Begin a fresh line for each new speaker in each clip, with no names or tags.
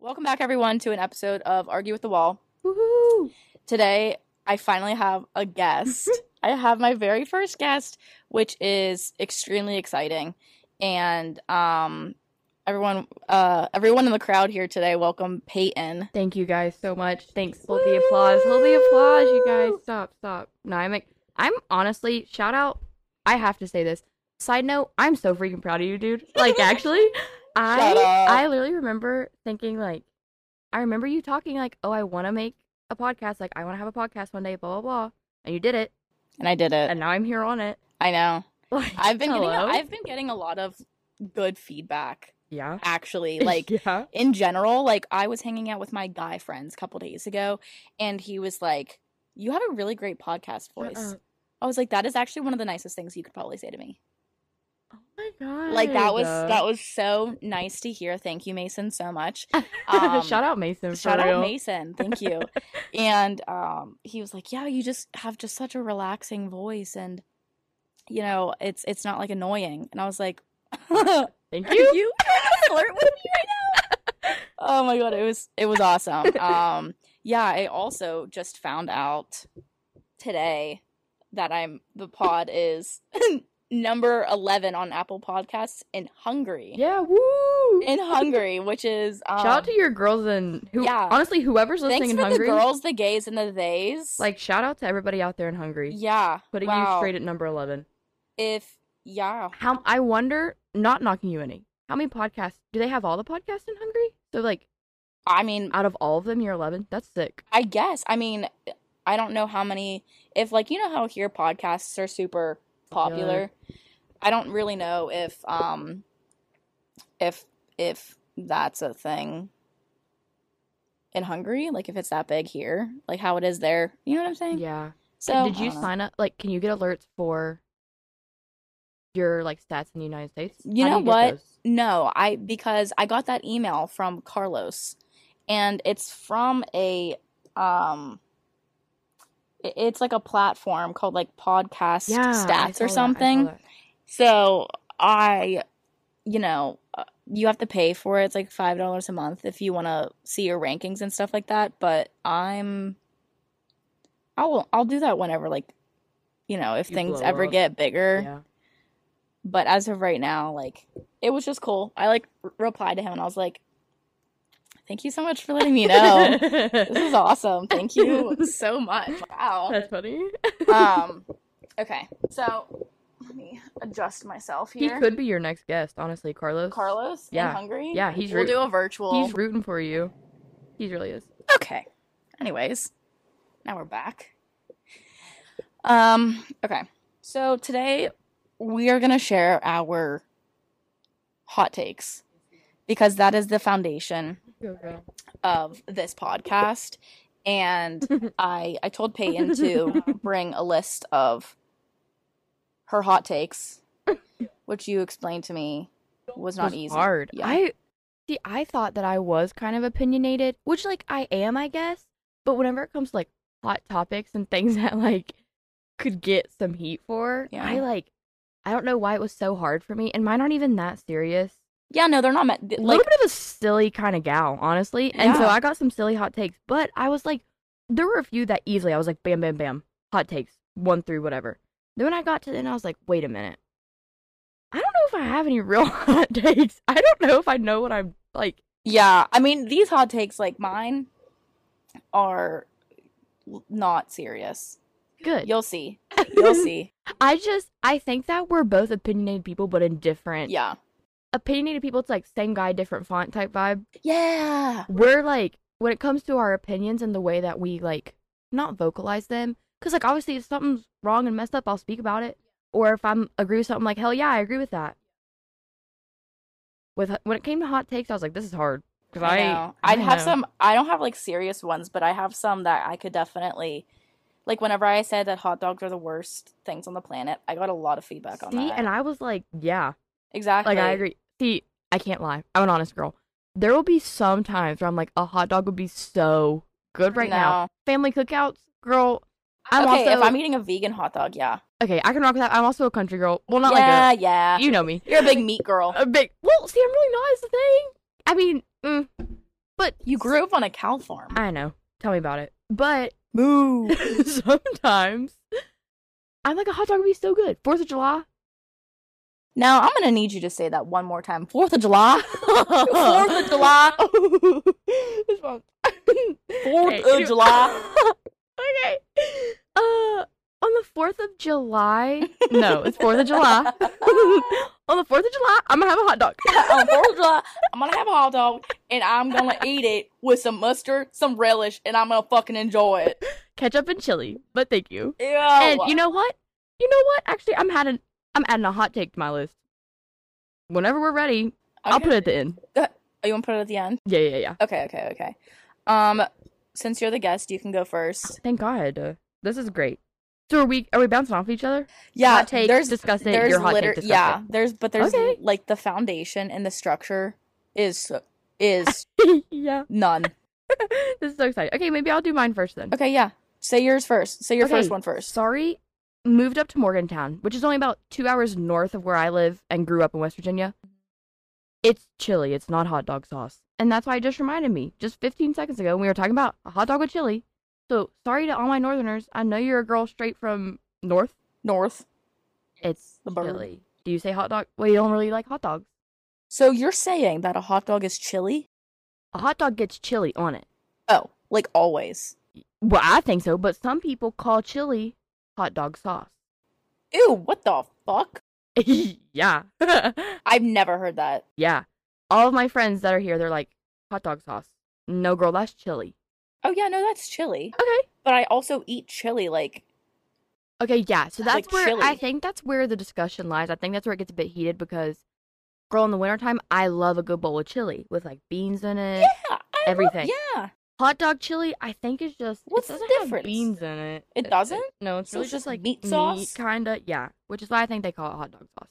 Welcome back, everyone, to an episode of Argue with the Wall. Today, I finally have a guest. I have my very first guest, which is extremely exciting. And um, everyone, uh, everyone in the crowd here today, welcome Peyton.
Thank you guys so much. Thanks. Hold the applause. Hold the applause, you guys.
Woo!
Stop, stop. No, I'm like, I'm honestly, shout out. I have to say this. Side note, I'm so freaking proud of you, dude. Like, actually,
Shut
I
up.
I literally remember thinking like, I remember you talking like, oh, I want to make a podcast. Like, I want to have a podcast one day. Blah blah blah. And you did it,
And I did it.
and now I'm here on it.
I know.
Like,
I've been getting.
hello?
A, I've been getting a lot of good feedback.
yeah,
Actually, like
yeah.
in general, like I was hanging out with my guy friends a couple days ago, and he was like, "You have a really great podcast voice."
Shut up.
I was like, "That is actually one of the nicest things you could probably say to me."
Oh my god.
Like that was that was so nice to hear. Thank you, Mason, so much. um,
shout out Mason. For
Shout
real.
out Mason, thank you. and um, he was like, "Yeah, you just have just such a relaxing voice, and you know, it's it's not like annoying." And I was like, "Are
Thank you.
you trying to flirt with me right now?" Oh my god, it was it was awesome. Um, yeah, I also just found out today that I'm the pod is number eleven on Apple Podcasts in Hungary.
Yeah. Woo.
In Hungary, which is um,
shout out to your girls and who
yeah.
honestly whoever's listening
Thanks
in
for
Hungary.
the girls, the gays, and the theys.
Like shout out to everybody out there in Hungary.
yeah,
Putting
wow.
you straight at number eleven.
If yeah,
How I wonder, not knocking you any. How many podcasts do they have? All the podcasts in Hungary? So like
I mean,
out of all of them, you're eleven. That's sick.
I guess. I mean, I don't know how many. If like you know how here podcasts are super popular. I don't really know if um if if that's a thing in Hungary. Like if it's that big here, like how it is there. You know what I'm saying?
Yeah.
So
Did you
I don't know.
sign up? Like, can you get alerts for your like stats in the United States?
You
How
know
do get
what?
those?
No, I because I got that email from Carlos, and it's from a um, i- it's like a platform called like Podcast
Yeah, I
Stats
saw that, I
or
saw
something.
that.
So I, you know, uh, you have to pay for it. It's like five dollars a month if you want to see your rankings and stuff like that. But I'm, I'll I'll do that whenever like, you know, if
You
things
blow
ever
up.
get bigger
Yeah.
but as of right now like it was just cool i like r- replied to him and i was like thank you so much for letting me know this is awesome thank you so much wow
That's funny.
um okay so let me adjust myself
He
here
could be your next guest, honestly, Carlos.
carlos
Yeah.
in hungary
Yeah, he's
we'll
root-
do a virtual
He's rooting for you. He really is.
okay anyways now we're back um okay so today we are gonna share our hot takes because that is the foundation of this podcast and I I told Peyton to bring a list of her hot takes which you explained to me was not
was
easy.
Hard.
Yeah.
I see. I thought that I was kind of opinionated, which like I am, I guess. But whenever it comes to like hot topics and things that like could get some heat for,
Yeah.
I like. I don't know why it was so hard for me, and mine aren't even that serious.
Yeah, no, they're not meant
A
like
little bit of a silly kind of gal, honestly. And so
Yeah.
I got some silly hot takes, but I was like, there were a few that easily I was like, bam, bam, bam, hot takes, one through whatever. Then when I got to the end, I was like, wait a minute. I don't know if I have any real hot takes. I don't know if I know what I'm like.
yeah, I mean these hot takes like mine are not serious.
Good.
You'll see. You'll see.
I just, I think that we're both opinionated people, but in different.
Yeah.
Opinionated people, it's like same guy, different font type vibe.
Yeah.
we're like when it comes to our opinions and the way that we like not vocalize them because like obviously if something's wrong and messed up i'll speak about it or if i'm agree with something like hell yeah i agree with that with when it came to hot takes i was like this is hard because i,
know.
I
I'd
don't
have
know.
some. I don't have like serious ones, but I have some that I could definitely, like whenever I said that hot dogs are the worst things on the planet, I got a lot of feedback on
see
that.
and i was like yeah
exactly.
like i agree see i can't lie i'm an honest girl there will be some times where i'm like a hot dog would be so good right now
No.
family cookouts girl i'm
okay,
also
if I'm eating a vegan hot dog, yeah,
okay i can rock with that i'm also a country girl well not like a
yeah, yeah.
you know me. Uh,
You're a big meat girl.
A big. Well, see, I'm really not. Is the thing. I mean, mm, But
You grew up on a cow farm.
I know. Tell me about it. But
Moo.
sometimes I'm like a hot dog would be so good. Fourth of July.
Now I'm gonna need you to say that one more time. Fourth of July. Fourth of July.
This one.
Fourth
Okay,
of
anyway-
July.
okay. Uh, on the Fourth of July. No, it's Fourth of July. on the Fourth of July, I'm gonna have a hot dog.
on Uh, Fourth of July, I'm gonna have a hot dog and I'm gonna eat it with some mustard, some relish, and I'm gonna fucking enjoy it.
Ketchup and chili, but thank you.
Ew.
And
Oh, uh
you know what? You know what? Actually, I'm adding. I'm adding a hot take to my list. Whenever we're ready, I'll put it at the end.
Oh, you want to put it at the end?
Yeah, yeah, yeah.
Okay, okay, okay. Um, since you're the guest, you can go first.
Thank God. Uh, This is great. So are we? Are we bouncing off each other?
Yeah,
Hot take.
there's
discuss it.
there's
Your hot
liter-
take. Discuss
yeah, there's but there's
Okay.
like the foundation and the structure is is
it. yeah.
none.
this is so exciting. Okay, maybe I'll do mine first then.
Okay, yeah. Say yours first. Say your first
Okay,
one first.
Sorry, moved up to Morgantown, which is only about two hours north of where I live and grew up in West Virginia. It's chili. It's not hot dog sauce, and that's why it just reminded me just 15 seconds ago when we were talking about a hot dog with chili. So sorry to all my Northerners. I know you're a girl straight from North.
North.
It's
The bird.
chili. Do you say hot dog? Well, you don't really like hot dogs.
So you're saying that a hot dog is chili?
A hot dog gets chili on it.
Oh, like always.
Well, I think so, but some people call chili hot dog sauce.
Ew, what the fuck?
yeah.
I've never heard that.
yeah. All of my friends that are here, they're like, hot dog sauce. No, girl, that's chili.
Oh yeah, no, that's chili.
Okay.
But I also eat chili like
Okay, yeah. So that's
Like
where I
chili.
think that's where the discussion lies. I think that's where it gets a bit heated because, girl, in the wintertime, I love a good bowl of chili with like beans in it.
Yeah, I love-
Eh, Everything.
yeah.
Hot dog chili, I think is just it
What's the
doesn't have
difference?
beans in it.
It doesn't?
no, it's
So
really
it's
just,
just
like
meat sauce?
kinda. Yeah, which is why I think they call it hot dog sauce.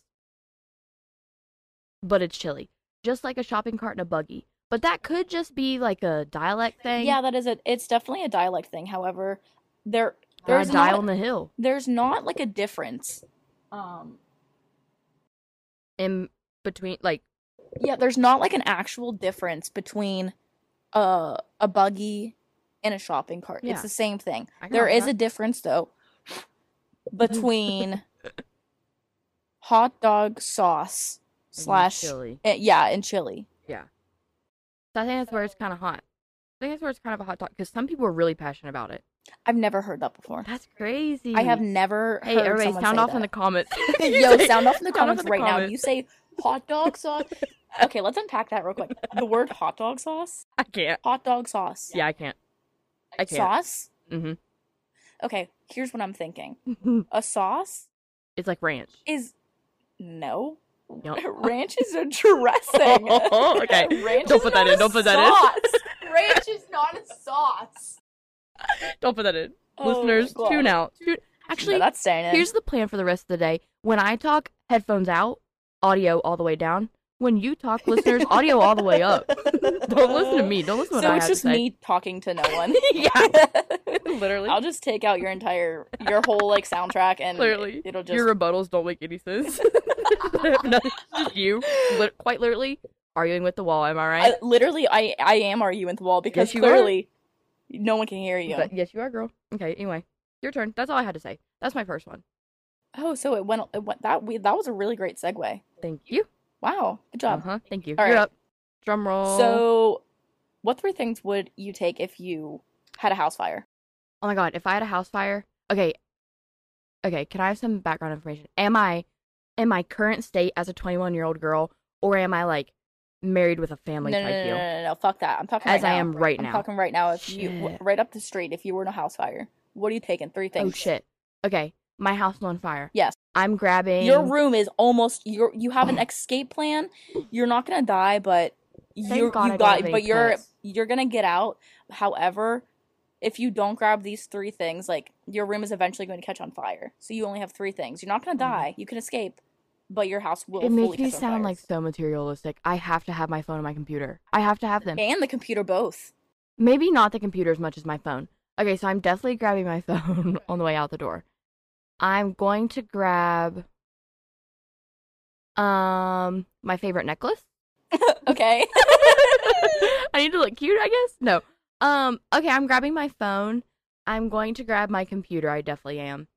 But it's chili, just like a shopping cart and a buggy. But that could just be like a dialect thing.
Yeah, that is a it's definitely a dialect thing. However, there
or a
there's not
dial on the hill.
there's not like a difference. Um
In between, like
yeah, there's not like an actual difference between uh a buggy and a shopping cart.
Yeah.
It's the same thing.
I can
There
watch
is a
that.
difference though between hot dog sauce
And
slash
chili.
eh, yeah and chili.
So I think that's where it's kind of hot. I think that's where it's kind of a hot dog because some people are really passionate about it.
I've never heard that before.
That's crazy.
I have never
Hey,
heard
everybody,
someone
sound
say
off in the
that.
comments.
Yo, sound off in the comments right now.
comments.
You say hot dog sauce. okay, let's unpack that real quick. The word hot dog sauce,
I can't.
hot dog sauce,
Yeah, I can't. I can't.
sauce.
Mhm.
Okay, here's what I'm thinking. A sauce
Mm-hmm. it's like ranch.
is no
Yup. Oh.
ranch is a dressing.
okay.
ranch
Don't
is
put that
not
in,
a
don't put that
sauce. ranch is not a sauce.
Don't put that in.
Oh my
Listeners,
God.
tune out. Tune-
No,
Actually,
that's saying it.
here's the plan for the rest of the day. When I talk, headphones out, audio all the way down. When you talk, listeners, audio all the way up. Don't listen to me. Don't listen to what
So
I
it's
have to
just
say.
me talking to no one.
yeah, literally.
I'll just take out your entire your whole like soundtrack and
Literally.
it'll just
Your rebuttals don't make any sense. no, it's just you, lit- quite literally, arguing with the wall. Am I right?
I, literally I I am arguing with the wall because
you are.
clearly no one can hear you.
But yes, you are, girl. Okay. Anyway, your turn. That's all I had to say. That's my first one.
oh, so it went, it went that we that was a really great segue.
Thank you.
Wow, good
Uh
job.
huh. Thank you.
All
You're
right.
up. Drum roll.
So, what three things would you take if you had a house fire?
Oh my god, if I had a house fire, okay. Okay, can I have some background information? Am I in my current state as a 21 year old girl, or am I like married with a
No,
family
no, no,
type
no,
deal?
no, no, no, fuck that. I'm talking
As
right
I
now.
am right
I'm
now.
talking right now. If you w-
Shit.
right up the street, if you were in a house fire, what are you taking? Three things.
oh shit. Okay, my house is on fire.
Yes.
I'm grabbing.
Your room is almost you. You have an escape plan. You're not gonna die, but you you
God I don't
got.
have any
But you're
pets.
you're gonna get out. However, if you don't grab these three things, like your room is eventually going to catch on fire. So you only have three things. You're not gonna
Oh my-
die. You can escape, but your house will.
It
fully
makes me
catch on
sound
fire.
like so materialistic. I have to have my phone and my computer. I have to have them.
and the computer both.
Maybe not the computer as much as my phone. Okay, so I'm definitely grabbing my phone on the way out the door. I'm going to grab um my favorite necklace.
Okay.
I need to look cute, I guess. No. Um, okay, I'm grabbing my phone. I'm going to grab my computer. I definitely am.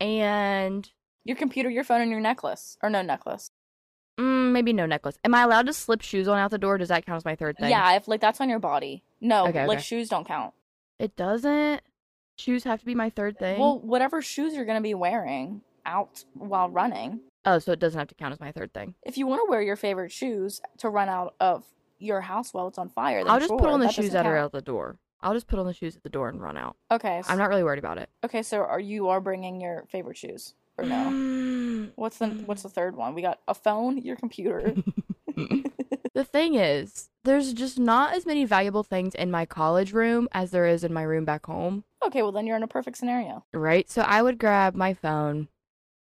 And
Your computer, your phone, and your necklace. Or no necklace.
mm, maybe no necklace. Am I allowed to slip shoes on out the door? Does that count as my third thing?
Yeah, if like that's on your body. No,
Okay,
like
okay.
shoes don't count.
It doesn't. Shoes have to be my third thing.
Well, whatever shoes you're gonna be wearing out while running.
oh, so it doesn't have to count as my third thing.
If you want to wear your favorite shoes to run out of your house while it's on fire, then
I'll just put
sure,
on the
that
shoes
doesn't
that are
count.
out the door. I'll just put on the shoes at the door and run out.
Okay, s-
I'm not really worried about it.
okay. So are you are bringing your favorite shoes or no?
Mm,
What's the What's the third one? We got a phone, your computer.
the thing is, there's just not as many valuable things in my college room as there is in my room back home,
okay, well then you're in a perfect scenario.
right? So I would grab my phone.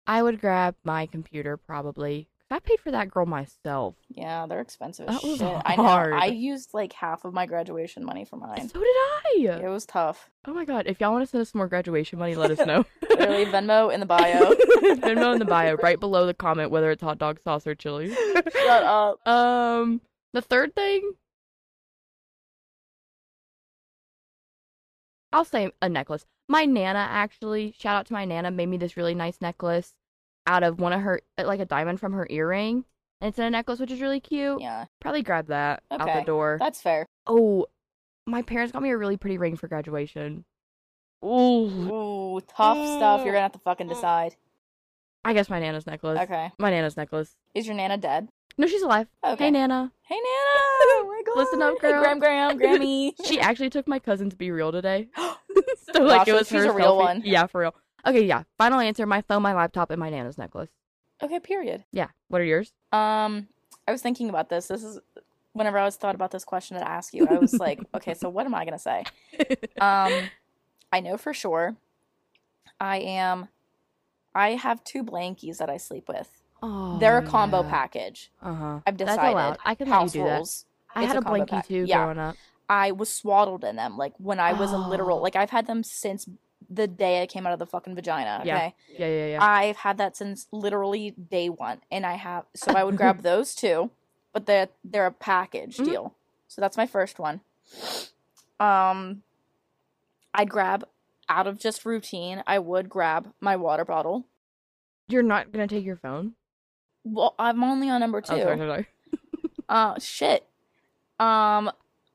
I would grab my computer probably. 'Cause I paid for that girl myself.
Yeah, they're expensive. as
That was
shit. I know.
hard.
I used like half of my graduation money for mine.
So did I.
It was tough.
Oh my god, if y'all want to send us more graduation money, let us know.
Literally Venmo in the bio.
Venmo in the bio, right below the comment whether it's hot dog sauce or chili.
Shut up.
Um, the third thing, I'll say a necklace. My nana actually, shout out to my nana, made me this really nice necklace out of one of her, like a diamond from her earring, and it's in a necklace, which is really cute.
Yeah,
Probably grab that out
Okay.
the door.
that's fair.
Oh, my parents got me a really pretty ring for graduation. Ooh,
Ooh, Mm. tough stuff. You're gonna have to fucking decide.
I guess my nana's necklace.
Okay.
My nana's necklace.
Is your nana dead?
No, she's alive.
Okay.
Hey, nana.
Hey, nana. Oh my god.
Listen up, girl.
Gram, gram, Grammy.
She actually took my cousin to be real today. so
Wow,
like
so
it was
she's
her
a real
selfie.
one.
Yeah, for real. Okay, yeah. Final answer: my phone, my laptop, and my nana's necklace.
okay. Period.
Yeah. What are yours?
Um, I was thinking about this. This is whenever I was thought about this question that I asked you. I was like, okay, so what am I gonna say? Um, I know for sure. I am. I have two blankies that I sleep with.
oh,
They're a combo package.
Uh huh.
I've
That's
decided.
allowed. I can let you
House
do that.
rules.
I
It's
had
a
a
combo
blankie
pack.
too
Yeah.
growing up.
I was swaddled in them. Like when I was a literal,
Oh.
like I've had them since the day I came out of the fucking vagina. Okay.
Yeah, Yeah, yeah, yeah.
I've had that since literally day one. And I have, so I would grab those two, but they're, they're a package
Mhm.
deal. So that's my first one. Um, I'd grab out of just routine, I would grab my water bottle.
You're not gonna take your phone.
Well, I'm only on number two.
Oh, sorry, sorry, sorry.
Uh, shit. Um,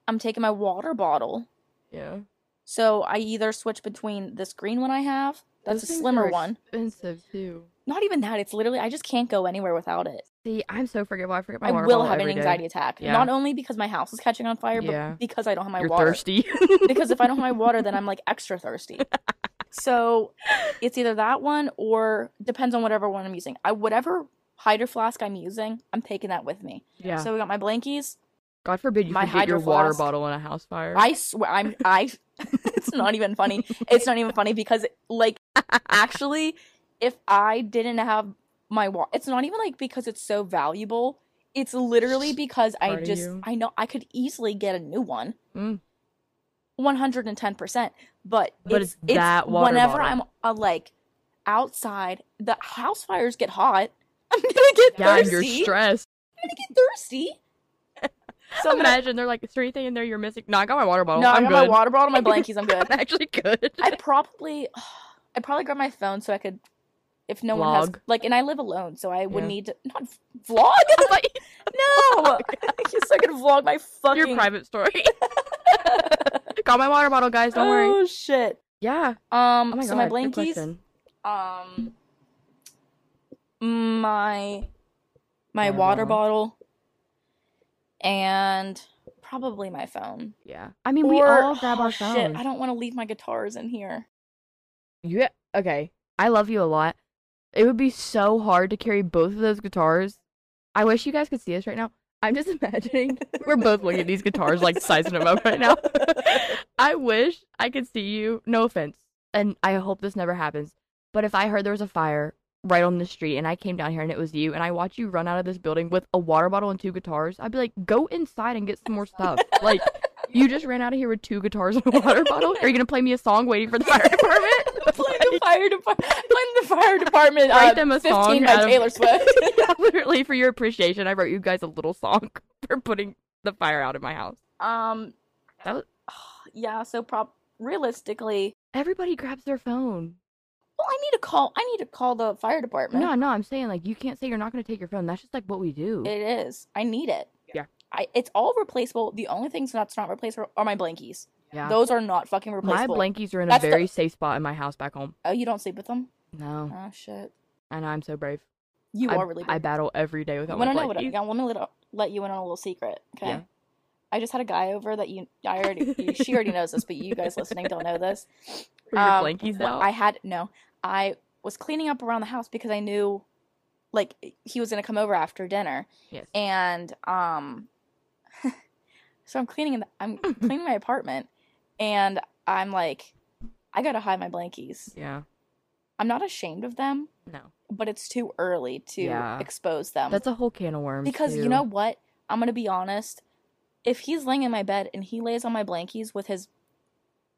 I'm taking my water bottle.
Yeah.
So I either switch between this green one I have, that's
Those
a
things
slimmer
are
one.
Expensive too.
Not even that, it's literally I just can't go anywhere without it.
See, I'm so forgetful. I forget my
I
water
will
bottle
have an
every day.
anxiety attack.
Yeah.
Not only because my house is catching on fire, but
Yeah.
because I don't have my
You're
water.
thirsty.
because if I don't have my water, then I'm like extra thirsty. so it's either that one or depends on whatever one I'm using. I whatever hydro flask I'm using, I'm taking that with me.
yeah.
So we got my blankies.
God forbid you
my
forget your water
hydroflask-
bottle in a house fire.
I swear I'm I it's not even funny. It's not even funny because like actually if I didn't have my wa it's not even like because it's so valuable. It's literally because I
Part of
just
you.
I know I could easily get a new one.
Mm.
110%. But,
But
it's,
it's that water
whenever I'm
bottle.
uh, like outside, the house fires get hot. I'm going to get
yeah, and
thirsty.
you're stressed.
I'm going to get thirsty. So I'm gonna,
Imagine they're like, is there anything in there you're missing? No, I got my water bottle.
no, I
Oh, I'm
got
good.
my water bottle, my blankies, I'm good.
I'm actually good.
I probably, I probably grab my phone so I could, if no one has
Vlog.
like, and I live alone, so I would
Yeah.
need to not v- vlog. No, yes, I could vlog my fucking.
Your private story. got my water bottle, guys. Don't worry.
Oh shit.
Yeah.
Um.
Oh my god.
so my
good
blankies.
question.
Um. My, my
Water
water bottle. And probably my phone.
Yeah. I mean, we
Or-
all grab
oh,
our
shit,
phones.
I don't want to leave my guitars in here.
Yeah. Okay. I love you a lot. It would be so hard to carry both of those guitars. I wish you guys could see us right now. I'm just imagining we're both looking at these guitars, like sizing them up right now. I wish I could see you. No offense, and I hope this never happens. But if I heard there was a fire right on the street and I came down here and it was you and I watched you run out of this building with a water bottle and two guitars, I'd be like, go inside and get some more stuff. like, you just ran out of here with two guitars and a water bottle. Are you gonna play me a song waiting for the fire department?
Play the fire department. Play the fire department.
Write
uh,
them a
15
song
by
out of-
Taylor Swift.
literally for your appreciation, I wrote you guys a little song for putting the fire out in my house.
Um,
That was-
yeah. So, prob realistically,
Everybody grabs their phone.
well, I need to call. I need to call the fire department.
No, no, I'm saying like you can't say you're not going to take your phone. That's just like what we do.
It is. I need it.
Yeah.
I, it's all replaceable. The only things that's not replaceable are my blankies.
yeah.
Those are not fucking
my
replaceable.
blankies are in a
That's the-
very safe spot in my house back home.
oh, you don't sleep with them?
No,
Oh shit.
and I'm so brave.
You
I,
are really.
I
brave.
battle every day without
wanna
my
know what?
blankies.
Yeah, let me let, let you in on a little secret. Okay.
Yeah.
I just had a guy over that you. I already. you- she already knows this, but you guys listening don't know this.
Were your
Um,
blankies
Well,
out?
I had no. I was cleaning up around the house because I knew, like, he was gonna come over after dinner,
yes.
and um, so I'm cleaning. In the, I'm cleaning my apartment, and I'm like, I gotta hide my blankies.
yeah.
I'm not ashamed of them,
No.
but it's too early to
Yeah.
expose them
That's a whole can of worms.
because you
too.
know what? I'm gonna be honest. If he's laying in my bed and he lays on my blankies with his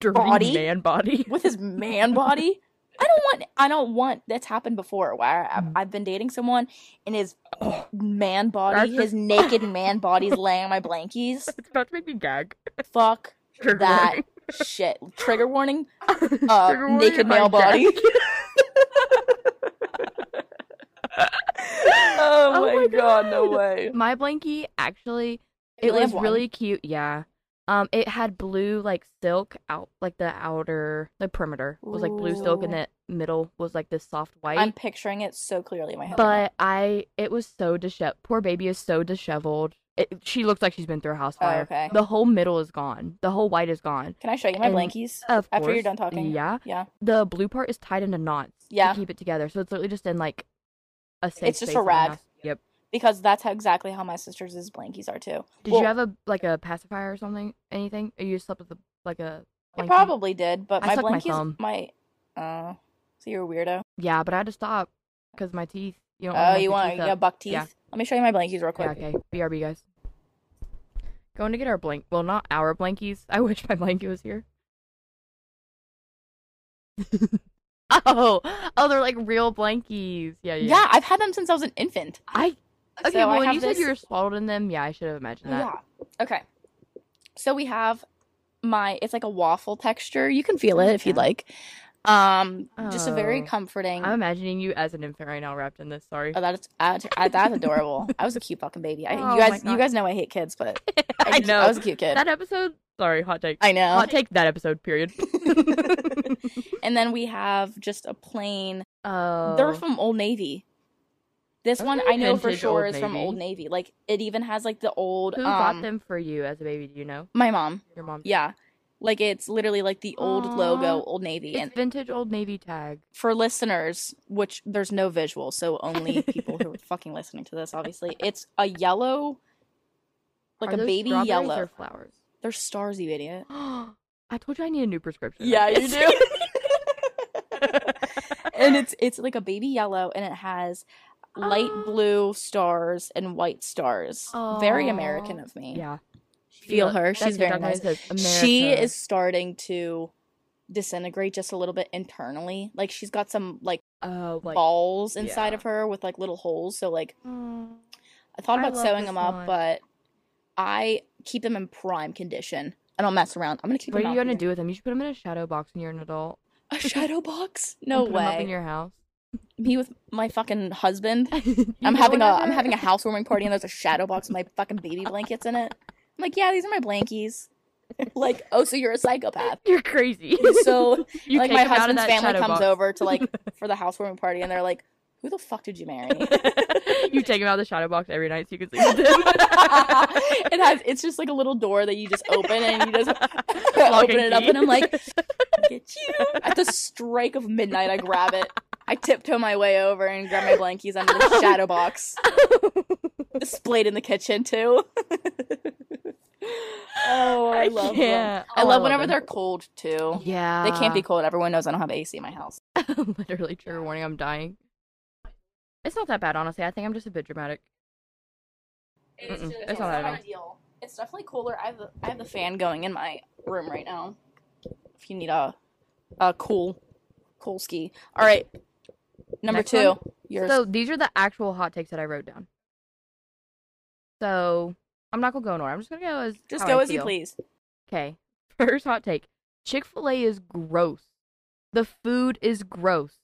Dirty
body-
man body.
with his man body. I don't want. I don't want. That's happened before. Where I,
Mm.
I've been dating someone, and his
Oh,
man body,
That's
his
just-
naked man body's laying on my blankies.
it's about to make me gag.
Fuck
Trigger
That-
warning.
shit. Trigger warning.
Trigger
Uh,
warning
naked
if I
male body.
gag.
Oh,
my
my god, no
God.
way.
my blankie actually
You
it
only
was
have one.
really cute yeah um it had blue like silk out like the outer the perimeter was like blue silk and
Ooh.
the middle was like this soft white
I'm picturing it so clearly in my head. right
but i it was so disheveled poor baby is so disheveled it, she looks like she's been through a house
now.
fire
oh, okay.
the whole middle is gone the whole white is gone
Can I show you my
and-
blankies?
of
After you're
course,
done talking.
yeah
Yeah.
the blue part is tied into knots
Yeah.
to keep it together so it's literally just in like a safe
just a
space in the
rag.
house. yep
Because that's how exactly how my sister's blankies are too.
Did
Well-
you have a like a pacifier or something? Anything? Or you slept with a, like a
I
blankie?
probably did, but
I
my
suck my
blankies,
thumb.
my. Uh, so you're a weirdo.
Yeah, but I had to stop because my teeth. You don't.
Oh,
mess
you
your
want
teeth
you got
up.
buck teeth?
Yeah.
Let me show you my blankies real quick.
Yeah. Okay. BRB, guys. Going to get our blank. Well, not our blankies. I wish my blankie was here. oh, oh, they're like real blankies. Yeah, yeah.
Yeah. I've had them since I was an infant.
I okay.
So I
well, when
have
you
this-
said you were swaddled in them, yeah, I should have imagined that.
Yeah. Okay. So we have my it's like a waffle texture. You can feel it if you'd
Yeah.
like. Um just a very
Oh.
comforting
I'm imagining you as an infant right now, wrapped in this. Sorry.
Oh, that's uh, that's adorable. I was a cute fucking baby. I,
Oh
you
my
guys, you
God.
guys know I hate kids, but
I
was-
know.
I was a cute kid.
that episode. Sorry, hot take.
I know.
Hot take that episode. Period.
and then we have just a plain.
Oh,
They're from Old Navy. This
Okay.
one I know for
Vintage
sure
Old
is from
Navy.
Old Navy. Like it even has like the old.
who
um,
bought them for you as a baby? Do you know
My mom.
your mom?
Yeah. Like it's literally like the old
Aw.
logo, Old Navy.
it's
And
vintage Old Navy tag.
for listeners, which there's no visual, so only people who are fucking listening to this, obviously, it's a yellow, like
Are
a
those
baby
strawberries
yellow.
or flowers.
They're stars, you idiot.
I told you I need a new prescription.
Yeah, you
Yes.
and it's it's like a baby yellow, and it has light
Ah.
blue stars and white stars. Very American
Aw.
of me.
yeah,
Feel
Yeah,
her,
that
she's very
TikTok
nice.
always says,
She
"America."
is starting to disintegrate just a little bit internally. Like she's got some like
Oh, like,
balls inside
yeah.
of her with like little holes. So like
mm,
I thought
I
about
love
sewing
this
them up,
one.
but I keep them in prime condition. I don't mess around. I'm gonna keep
What
them
are you
out
gonna
here.
do with them? You should put them in a shadow box when you're an adult.
A shadow box?
and
No
put 'em up in
way.
your house.
Me with my fucking husband.
You
I'm
know
having a I'm
whenever-
having a housewarming party and there's a shadow box with my fucking baby blankets in it. I'm like, yeah, these are my blankies. like, oh, so you're a psychopath.
You're crazy.
So
you
like
kick
my
'em out of
husband's
that
family
shadow
comes
box.
over to like for the housewarming party and they're like, who the fuck did you marry?
you take him out of the shadow box every night so you can sleep with him.
it has it's just like a little door that you just open and you just
Lock
open it up
key.
and I'm like, get you. At the strike of midnight I grab it. I tiptoe my way over and grab my blankies under the shadow box. Displayed in the kitchen too. oh, I, love them.
can't.
I
Oh,
love whenever
them. Ah.
they're cold too.
Yeah.
They can't be cold. Everyone knows I don't have AC in my house.
Literally, trigger warning, I'm dying. It's not that bad, honestly. I think I'm just a bit dramatic. It's Mm-mm. just- It's not that at all.
ideal. It's definitely cooler. I have the, I have the fan going in my room right now. If you need a a cool cool ski. All right. Number
Next
two.
one?
Yours.
So, these are the actual hot takes that I wrote down. So, I'm not gonna go in order. I'm just gonna go as
Just
how
go
I
as you
feel.
please.
Okay. First hot take. Chick-fil-A is gross. The food is gross.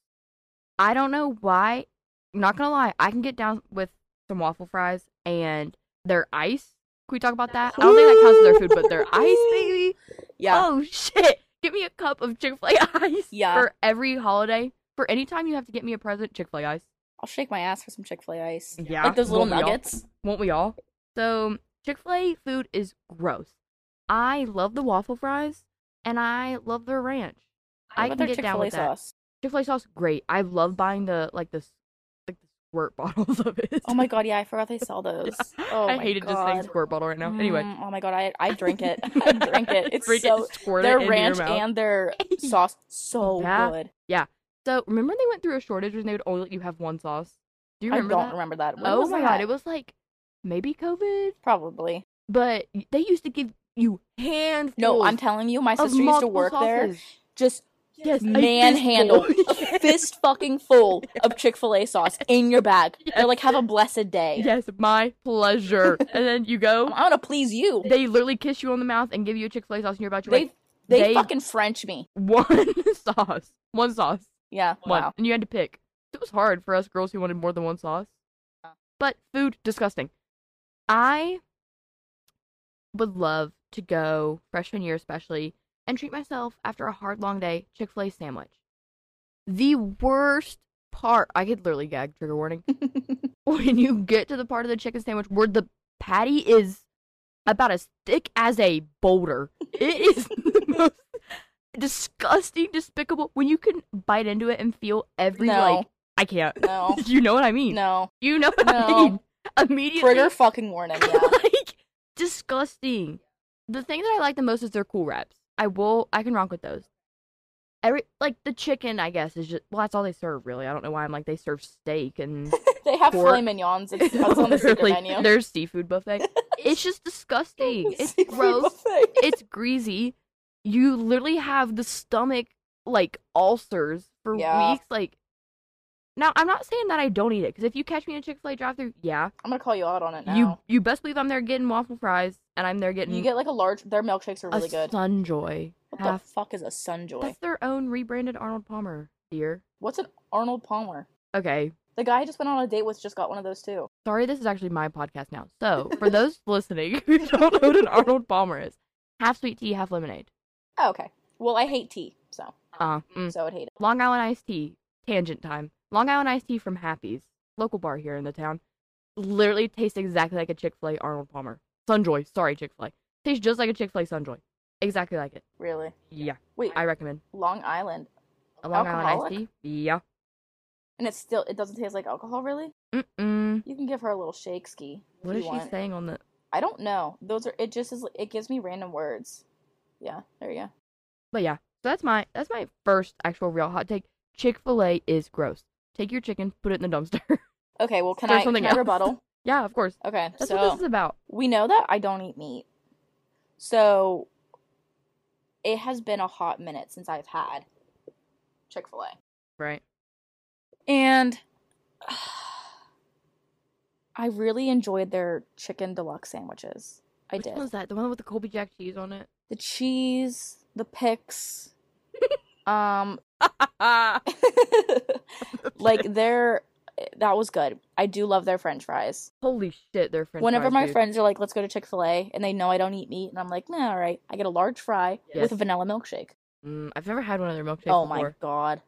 I don't know why. I'm not gonna lie, I can get down with some waffle fries and their ice. Can we talk about that? I don't think that counts as their food, but their ice, baby.
Yeah.
Oh shit. Give me a cup of Chick-fil-A ice
Yeah.
for every holiday. For any time you have to get me a present, Chick-fil-A ice.
I'll shake my ass for some Chick fil A ice.
Yeah.
Like those little
Won't we all?
nuggets.
Won't we all? So Chick Fil A food is gross. I love the waffle fries, and I love their ranch. I
What
can
about their
get down
Chick-fil-A
with that.
sauce?
Chick Fil A sauce, great. I love buying the like the s- like the squirt bottles of it.
Oh my god, yeah, I forgot they sell those. Oh
I
my
hated
god.
just saying squirt bottle right now. Anyway,
Mm, oh my god, I I drink it. I drink it. It's
Drink
so
squirt it
their
into your
ranch
mouth.
and their sauce so
Yeah.
good.
So remember they went through a shortage and they would only let you have one sauce. Do you
I
remember
don't
that?
remember that. When
oh
was
my
that?
god, it was like maybe COVID,
probably.
but y- they used to give you handfuls.
No, I'm telling you, my
of
sister used to
multiple
work there.
sauces.
Just
Yes, a
manhandle
fistful.
a fist fucking full of Chick Fil A sauce in your bag. They're
Yes.
like, "Have a blessed day."
Yes, my pleasure. and then you
I'm,
go.
I'm gonna please you.
They literally kiss you on the mouth and give you a Chick Fil A sauce, and you're about to
They
like
they,
they-
fucking French me.
one sauce, one sauce,
Yeah.
one,
Wow.
and you had to pick. It was hard for us girls who wanted more than one sauce.
Yeah.
But food, disgusting. I would love to go freshman year, especially, and treat myself after a hard long day Chick Fil A sandwich. The worst part, I could literally gag. Trigger warning. when you get to the part of the chicken sandwich where the patty is about as thick as a boulder. It is the most disgusting, despicable. When you can bite into it and feel every
No.
like, I can't.
No.
you know what I mean.
No.
You know what I
No.
mean. Immediately,
Trigger fucking warning. Yeah.
like disgusting. The thing that I like the most is their cool wraps. I will, I can rock with those. Every like the chicken, I guess is just well, that's all they serve really. I don't know why I'm like they serve steak and
They have
Pork.
filet mignons. It's, that's on the secret
Literally,
menu.
There's seafood buffet. it's just disgusting. It's
Seafood
gross.
buffet.
It's greasy. You literally have the stomach like ulcers for
Yeah.
weeks. Like, now I'm not saying that I don't eat it because if you catch me in a Chick Fil A drive-through, yeah,
I'm gonna call you out on it now.
you
You,
you best believe I'm there getting waffle fries and I'm there getting
get like a large. Their milkshakes are
a
really good.
Sunjoy.
What the
Half.
fuck is a Sunjoy?
That's their own rebranded Arnold Palmer, dear.
What's an Arnold Palmer?
Okay,
The guy I just went on a date with just got one of those too.
Sorry, this is actually my podcast now. So, for those listening who don't know what an Arnold Palmer is, half sweet tea, half lemonade.
Oh, okay. Well, I hate tea, so
Uh, mm.
so I'd hate it.
Long Island iced tea, tangent time. Long Island iced tea from Happy's, local bar here in the town, literally tastes exactly like a Chick fil A Arnold Palmer. Sunjoy, sorry, Chick fil A. Tastes just like a Chick fil A Sunjoy. Exactly like it.
Really?
Yeah,
Wait,
I recommend.
Long Island,
A Long Island
Alcoholic?
iced tea? Yeah.
and it's still it doesn't taste like alcohol, really.
Mm-mm.
You can give her a little shake ski.
What
if
is
you
she
want.
saying on the.
I don't know. Those are it. Just is it gives me random words. Yeah, there you go.
But yeah, so that's my that's my first actual real hot take. Chick fil A is gross. Take your chicken, put it in the dumpster.
Okay, well, can
There's
I,
something
can I
else.
rebuttal?
Yeah, of course.
Okay,
That's
so
what this is about.
we know that I don't eat meat. So it has been a hot minute since I've had Chick fil A.
Right.
And I really enjoyed their chicken deluxe sandwiches. I
Which
did.
one was that? The one with the Colby Jack cheese on it?
The cheese, the pics. um like their that was good. I do love their french fries.
Holy shit, they're friends.
Whenever my friends are like, let's go to Chick fil A, and they know I don't eat meat, and I'm like, nah, all right. I get a large fry with
Yes.
a vanilla milkshake.
Mm, I've never had one of their milkshakes
oh my
before.
God.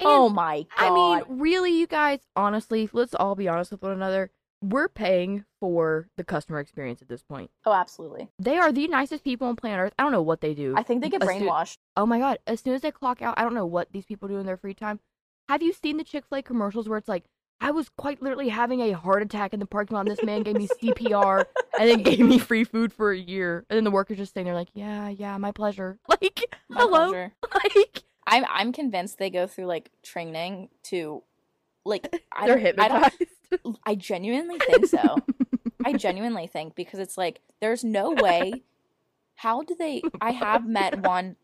oh my God.
I mean, really, you guys, honestly, let's all be honest with one another. We're paying for the customer experience at this point.
oh, absolutely.
They are the nicest people on planet Earth. I don't know what they do.
I think they get
A student-
brainwashed.
oh my god, as soon as they clock out, I don't know what these people do in their free time. Have you seen the Chick fil A commercials where it's like, I was quite literally having a heart attack in the parking lot, and this man gave me CPR and then gave me free food for a year. And then the workers just sitting there like, yeah, yeah, my pleasure. Like,
My
hello?
pleasure.
Like,
I'm, I'm convinced they go through like training to, like, I
they're
don't, I, don't,
hypnotized.
I genuinely think so. I genuinely think because it's like, there's no way. How do they? I have met one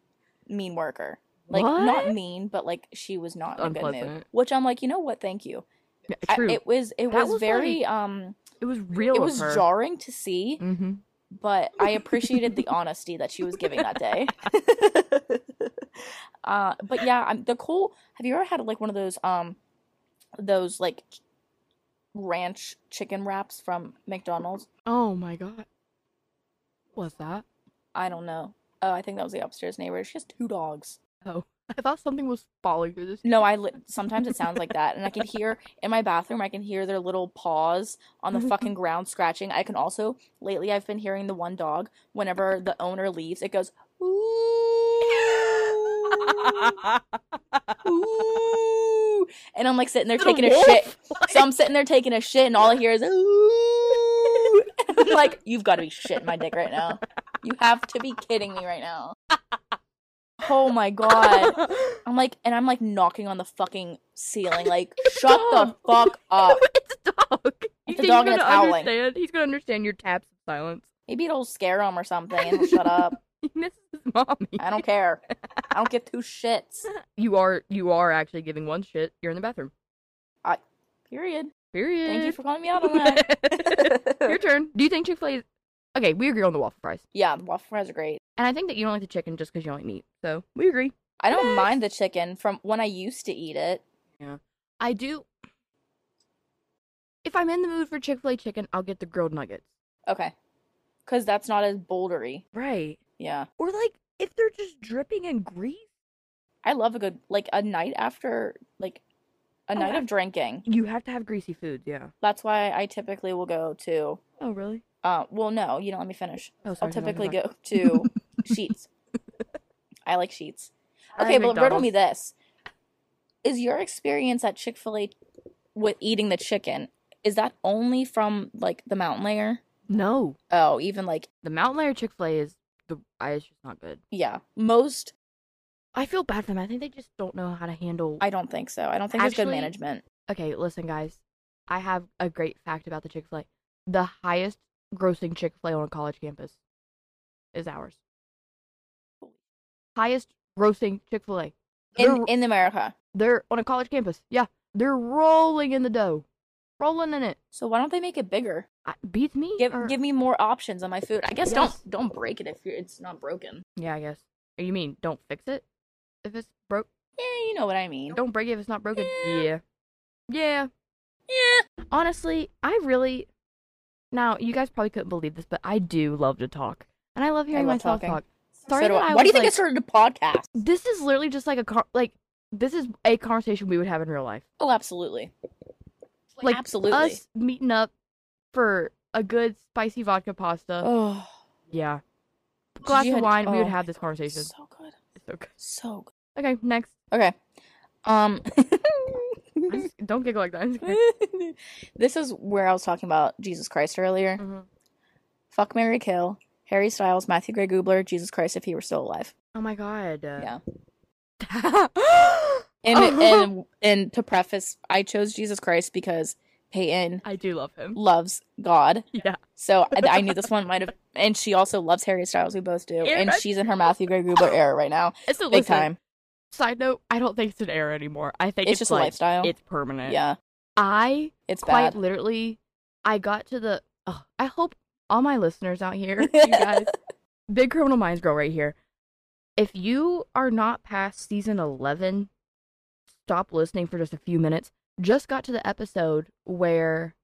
mean worker. Like, not
What?
mean, but like, she was not in a good mood.
Unpleasant.
Which I'm like, you know what? Thank you. I-
True.
it was it
That
was,
was,
very um
It was real.
It was jarring to see,
Mm-hmm.
but I appreciated the honesty that she was giving that day. uh, but yeah, I'm, the cool. Have you ever had like one of those um, those like ch- ranch chicken wraps from McDonald's?
Oh my god. What's that?
I don't know. Oh, I think that was the upstairs neighbor. She has two dogs.
I thought something was falling through this.
No, I li- sometimes it sounds like that, and I can hear in my bathroom. I can hear their little paws on the fucking ground scratching. I can also lately I've been hearing the one dog whenever the owner leaves, it goes ooh, ooh, and I'm like sitting there taking a shit. So I'm sitting there taking a shit, and all I hear is ooh. I'm like, you've got to be shitting my dick right now. You have to be kidding me right now. Oh my god. I'm like, and I'm like knocking on the fucking ceiling, like, shut the
Stop.
fuck up.
it's a dog. uh, You
It's a
think
dog
he's
and
gonna
it's howling.
understand? He's gonna understand your taps of silence.
Maybe it'll scare him or something and he'll shut up.
this is mommy.
I don't care. I don't give two shits.
You are you are actually giving one shit. You're in the bathroom.
Period.
Period.
Thank you for calling me out on that.
your turn. Do you think Chick Fil A? is Okay, we agree on the waffle fries,
yeah, the waffle fries are great.
and I think that you don't like the chicken just because you don't like meat. So we agree.
I don't
Next.
mind the chicken from when I used to eat it.
I do. If I'm in the mood for Chick Fil A chicken, I'll get the grilled nuggets.
Okay. Because that's not as bouldery.
Right.
Yeah.
Or like if they're just dripping in grease.
I love a good, like, a night after, like, a
Oh,
night
I-
of drinking.
You have to have greasy food. Yeah.
That's why I typically will go to,
Oh really?
uh, well, no, you don't let me finish.
Oh
I'll
sorry.
typically go to sheets. I like sheets. Okay, but riddle me this: Is your experience at Chick Fil A with eating the chicken is that only from like the mountain layer?
No,
Oh, even like
the mountain layer Chick Fil A is the I it's just not good.
yeah, most
I feel bad for them. I think they just don't know how to handle.
I don't think so. I don't think it's good
Actually-
management.
Okay, listen, guys. I have a great fact about the Chick Fil A. The highest grossing Chick Fil A on a college campus is ours. Highest grossing Chick Fil A.
In in America.
They're on a college campus. Yeah, they're rolling in the dough, rolling in it.
So why don't they make it bigger?
I, beats me.
Give
or-
give me more options on my food. I guess
Yes.
don't don't break it if you're, it's not broken.
Yeah, I guess. Or You mean don't fix it if it's broke?
Yeah, you know what I mean.
Don't break it if it's not broken.
Yeah.
Yeah. Yeah.
Yeah.
honestly, I really now you guys probably couldn't believe this, but I do love to talk, and I love hearing
love
myself
talking.
talk. Sorry,
so do
that
I.
I
Why do you
was,
think I
like-
started a podcast?
This is literally just like a car, like this is a conversation we would have in real life,
Oh, absolutely.
Like,
absolutely.
us meeting up for a good spicy vodka pasta.
oh,
Yeah, glass
you
of
had-
wine. we
oh
would
my
have this conversation.
so good,
It's okay.
so good.
Okay, next.
Okay, um,
I just- don't giggle like that. I'm just kidding.
this is where I was talking about Jesus Christ earlier.
Mhm.
Fuck Mary Kill, Harry Styles, Matthew Gray Goobler, Jesus Christ if he were still alive.
Oh my god. uh,
And
Oh.
and and to preface, I chose Jesus Christ because Peyton
I do love him.
loves God.
Yeah.
So I, I knew this one might have, and she also loves Harry Styles. We both do,
Yeah,
and
that's-
she's in her Matthew Gray Goobler era right now,
It's a
big time.
Side note, I don't think it's an error anymore. I think
It's
it's,
just a
like,
lifestyle.
It's permanent.
Yeah,
I
it's
quite
bad.
literally, I got to the. Oh, I hope all my listeners out here, you guys, big criminal minds girl right here. If you are not past season eleven, stop listening for just a few minutes. Just got to the episode where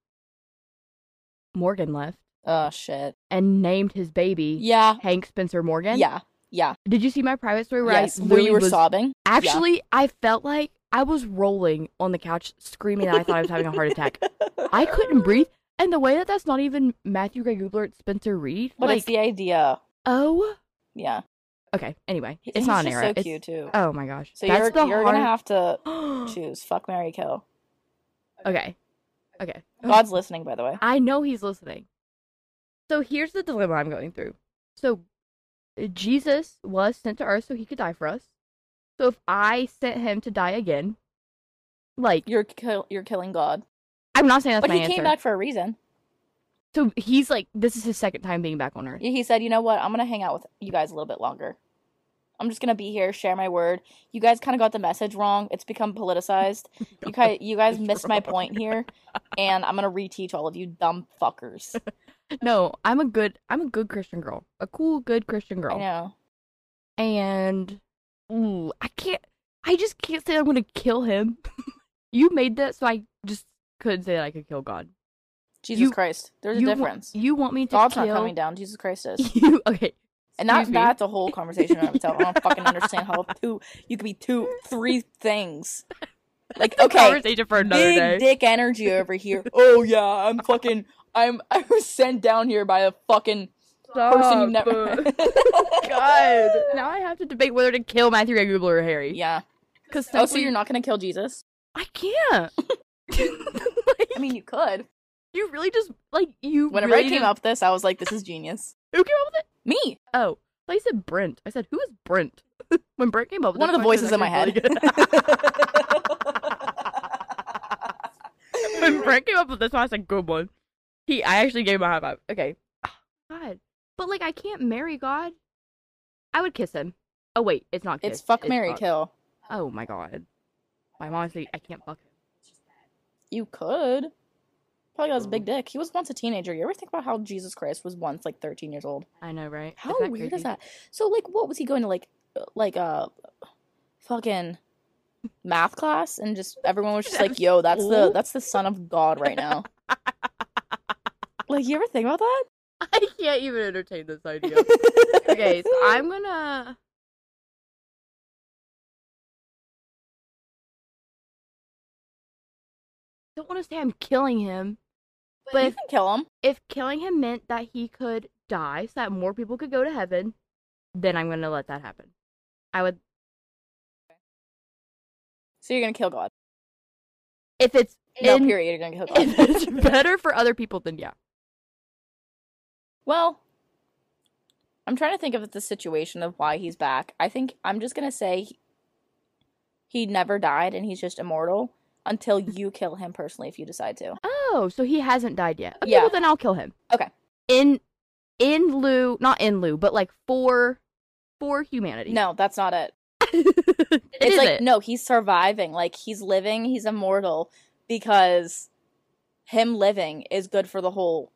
Morgan left
Oh shit.
and named his baby
Yeah,
Hank Spencer Morgan.
yeah, yeah.
Did you see my private story where
yes,
I
where
literally
you were
was
sobbing.
Actually, I felt like I was rolling on the couch screaming that I thought I was having a heart attack. I couldn't breathe. And the way that that's not even Matthew Gray Goobler, it's Spencer Reed.
But
like,
it's the idea.
oh,
yeah.
okay. Anyway,
He-
it's
he's
not an
just
error.
So
It's-
cute too.
Oh my gosh.
so
that's
you're
the
you're gonna have to
hard-
choose. Fuck Mary Kill.
okay. Okay.
God's listening, by the way.
I know he's listening. So here's the dilemma I'm going through. So uh, Jesus was sent to earth so he could die for us. So if I sent him to die again, like
You're kill, you're killing God.
I'm not saying that's
but
my
he
answer.
came back for a reason.
So he's like, this is his second time being back on Earth.
He said, "You know what? I'm gonna hang out with you guys a little bit longer." I'm just gonna be here, share my word. You guys kind of got the message wrong. It's become politicized. You guys, you guys
It's
missed my
wrong.
point here, and I'm gonna reteach all of you dumb fuckers.
No, I'm a good I'm a good Christian girl. A cool, good Christian
I
girl.
know.
and ooh, I can't. I just can't say I'm gonna kill him. you made that, so I just couldn't say that I could kill God.
Jesus
You-
Christ, there's a
you wa-
difference.
You want me to
God's
kill
not coming down. Jesus Christ is.
you? Okay,
And that,
excuse me.
that's a whole conversation in itself. I don't fucking understand how two you could be two three things. Like
That's a
okay,
conversation for another
big
day.
dick energy over here. Oh yeah, I'm fucking. I'm I was sent down here by a fucking person you've never.
Stop.
met.
God, now I have to debate whether to kill Matthew Regular or Harry.
Yeah.
Because
Oh, so you're not gonna kill Jesus?
I can't. like,
I mean, you could.
you really just like you.
Whenever
really
I came
just-
up with this, I was like, this is genius.
who came up with it?
Me.
Oh, I said Brent. I said, who is Brent? when Brent came up with
One
this
of the
one, it was
voices in my
actually
head.
really good. when Brent came up with this one, I said, good one. He, I actually gave him a high five. Okay. God. But, like, I can't marry God. I would kiss him. Oh, wait. It's not kiss.
it's fuck, Mary,
fuck.
kill.
Oh, my God. I'm honestly, I can't fuck him.
You could. Probably got his big dick. He was once a teenager. You ever think about how Jesus Christ was once like 13 years old?
I know, right? Isn't
How
that
weird is
crazy?
that? So like, what was he going to like, uh, like uh, fucking math class, and just everyone was just like, "Yo, that's the
School?
that's the son of God right now." like, you ever think about that?
I can't even entertain this idea. okay, so I'm gonna. Don't want to say I'm killing him, but
you
if,
can kill him.
if killing him meant that he could die so that more people could go to heaven, then I'm gonna let that happen. I would
So you're gonna kill God.
if it's
No,
in-
period. You're gonna
if
kill
it's
God.
better for other people, then yeah.
well, I'm trying to think of the situation of why he's back. I think I'm just gonna say he, he never died, and he's just immortal until you kill him personally if you decide to.
Oh, so he hasn't died yet. Okay,
Yeah.
well then I'll kill him.
Okay.
In in lieu, not in lieu, but like for for humanity.
No, that's not it.
it's
it's like no he's surviving like he's living he's immortal because him living is good for the whole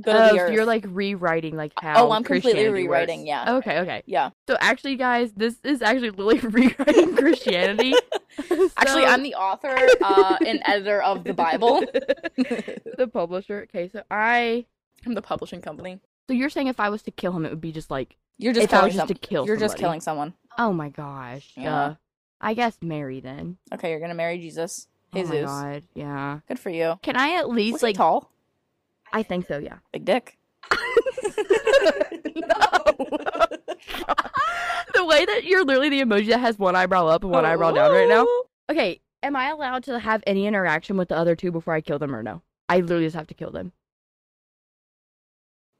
good of
Oh,
the
so
earth Oh,
you're like rewriting like how.
I'm completely
Christianity
rewriting,
works.
yeah.
Okay. Okay.
yeah
So actually, guys, this is actually literally rewriting Christianity.
actually
So-
i'm the author uh and editor of the bible
the publisher. Okay, so I.
i'm the publishing company
So you're saying if I was to kill him, it would be just like
you're just
if I
killing
was just
some-
to kill.
you're just
somebody.
killing someone
Oh my gosh.
Yeah.
Uh, I guess Mary then.
okay you're gonna marry jesus
Oh my
jesus
god. Yeah.
good for you
Can I at least
he's
like?
like tall
I think so. Yeah.
big dick
the way that you're literally the emoji that has one eyebrow up and one
Oh.
eyebrow down right now. Okay, am I allowed to have any interaction with the other two before I kill them or no? I literally just have to kill them.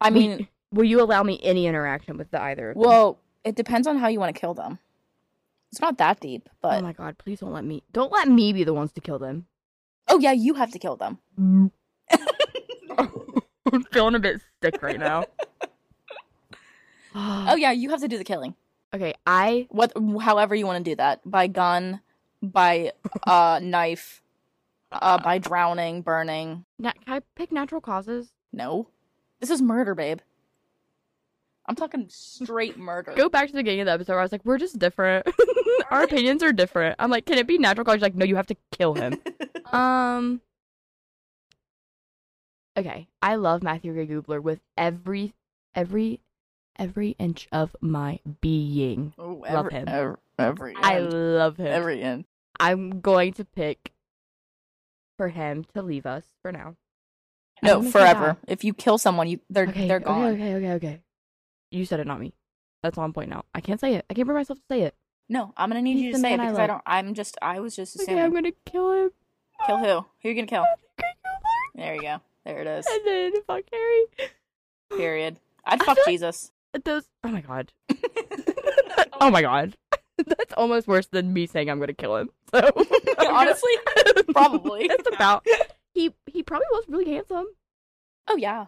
i
Will-
mean
will you allow me any interaction with the either of them?
well it depends on how you want to kill them it's not that deep but
oh my god, please don't let me. Don't let me be the ones to kill them.
Oh yeah, you have to kill them.
I'm feeling a bit sick right now. Mm.
Oh yeah, you have to do the killing.
okay, I
What however you want to do that. By gun, by uh knife, uh by drowning, burning.
na- can I pick natural causes?
No. This is murder, babe. I'm talking straight murder.
Go back to the beginning of the episode where I was like, we're just different. Our opinions are different. I'm like, can it be natural cause? She's like, no, you have to kill him. um. Okay, I love Matthew Gray Goobler with every, every, every inch of my being.
Ooh,
Love him.
Oh, Every, every
I
end.
love him.
every end.
I'm going to pick for him to leave us for now. I
No,
don't think he
forever.
died.
If you kill someone, you they're
Okay,
they're
okay,
gone.
Okay, okay, okay. You said it, not me. That's all I'm pointing out. I can't say it. I can't bring myself to say it.
No, I'm gonna need
He's
you
the
to say it
man I
because I,
love.
don't. I'm just. I was just
Okay, I'm
assuming.
gonna kill him.
kill who? Who you gonna kill?
Gray Goobler.
There you go. There it is.
and then fuck Harry.
Period. I'd
I
fuck
feel like-
Jesus.
Those. Oh my god. oh my god. That's almost worse than me saying I'm gonna kill him. So
Honestly, probably.
it's about. He he probably was really handsome.
Oh yeah.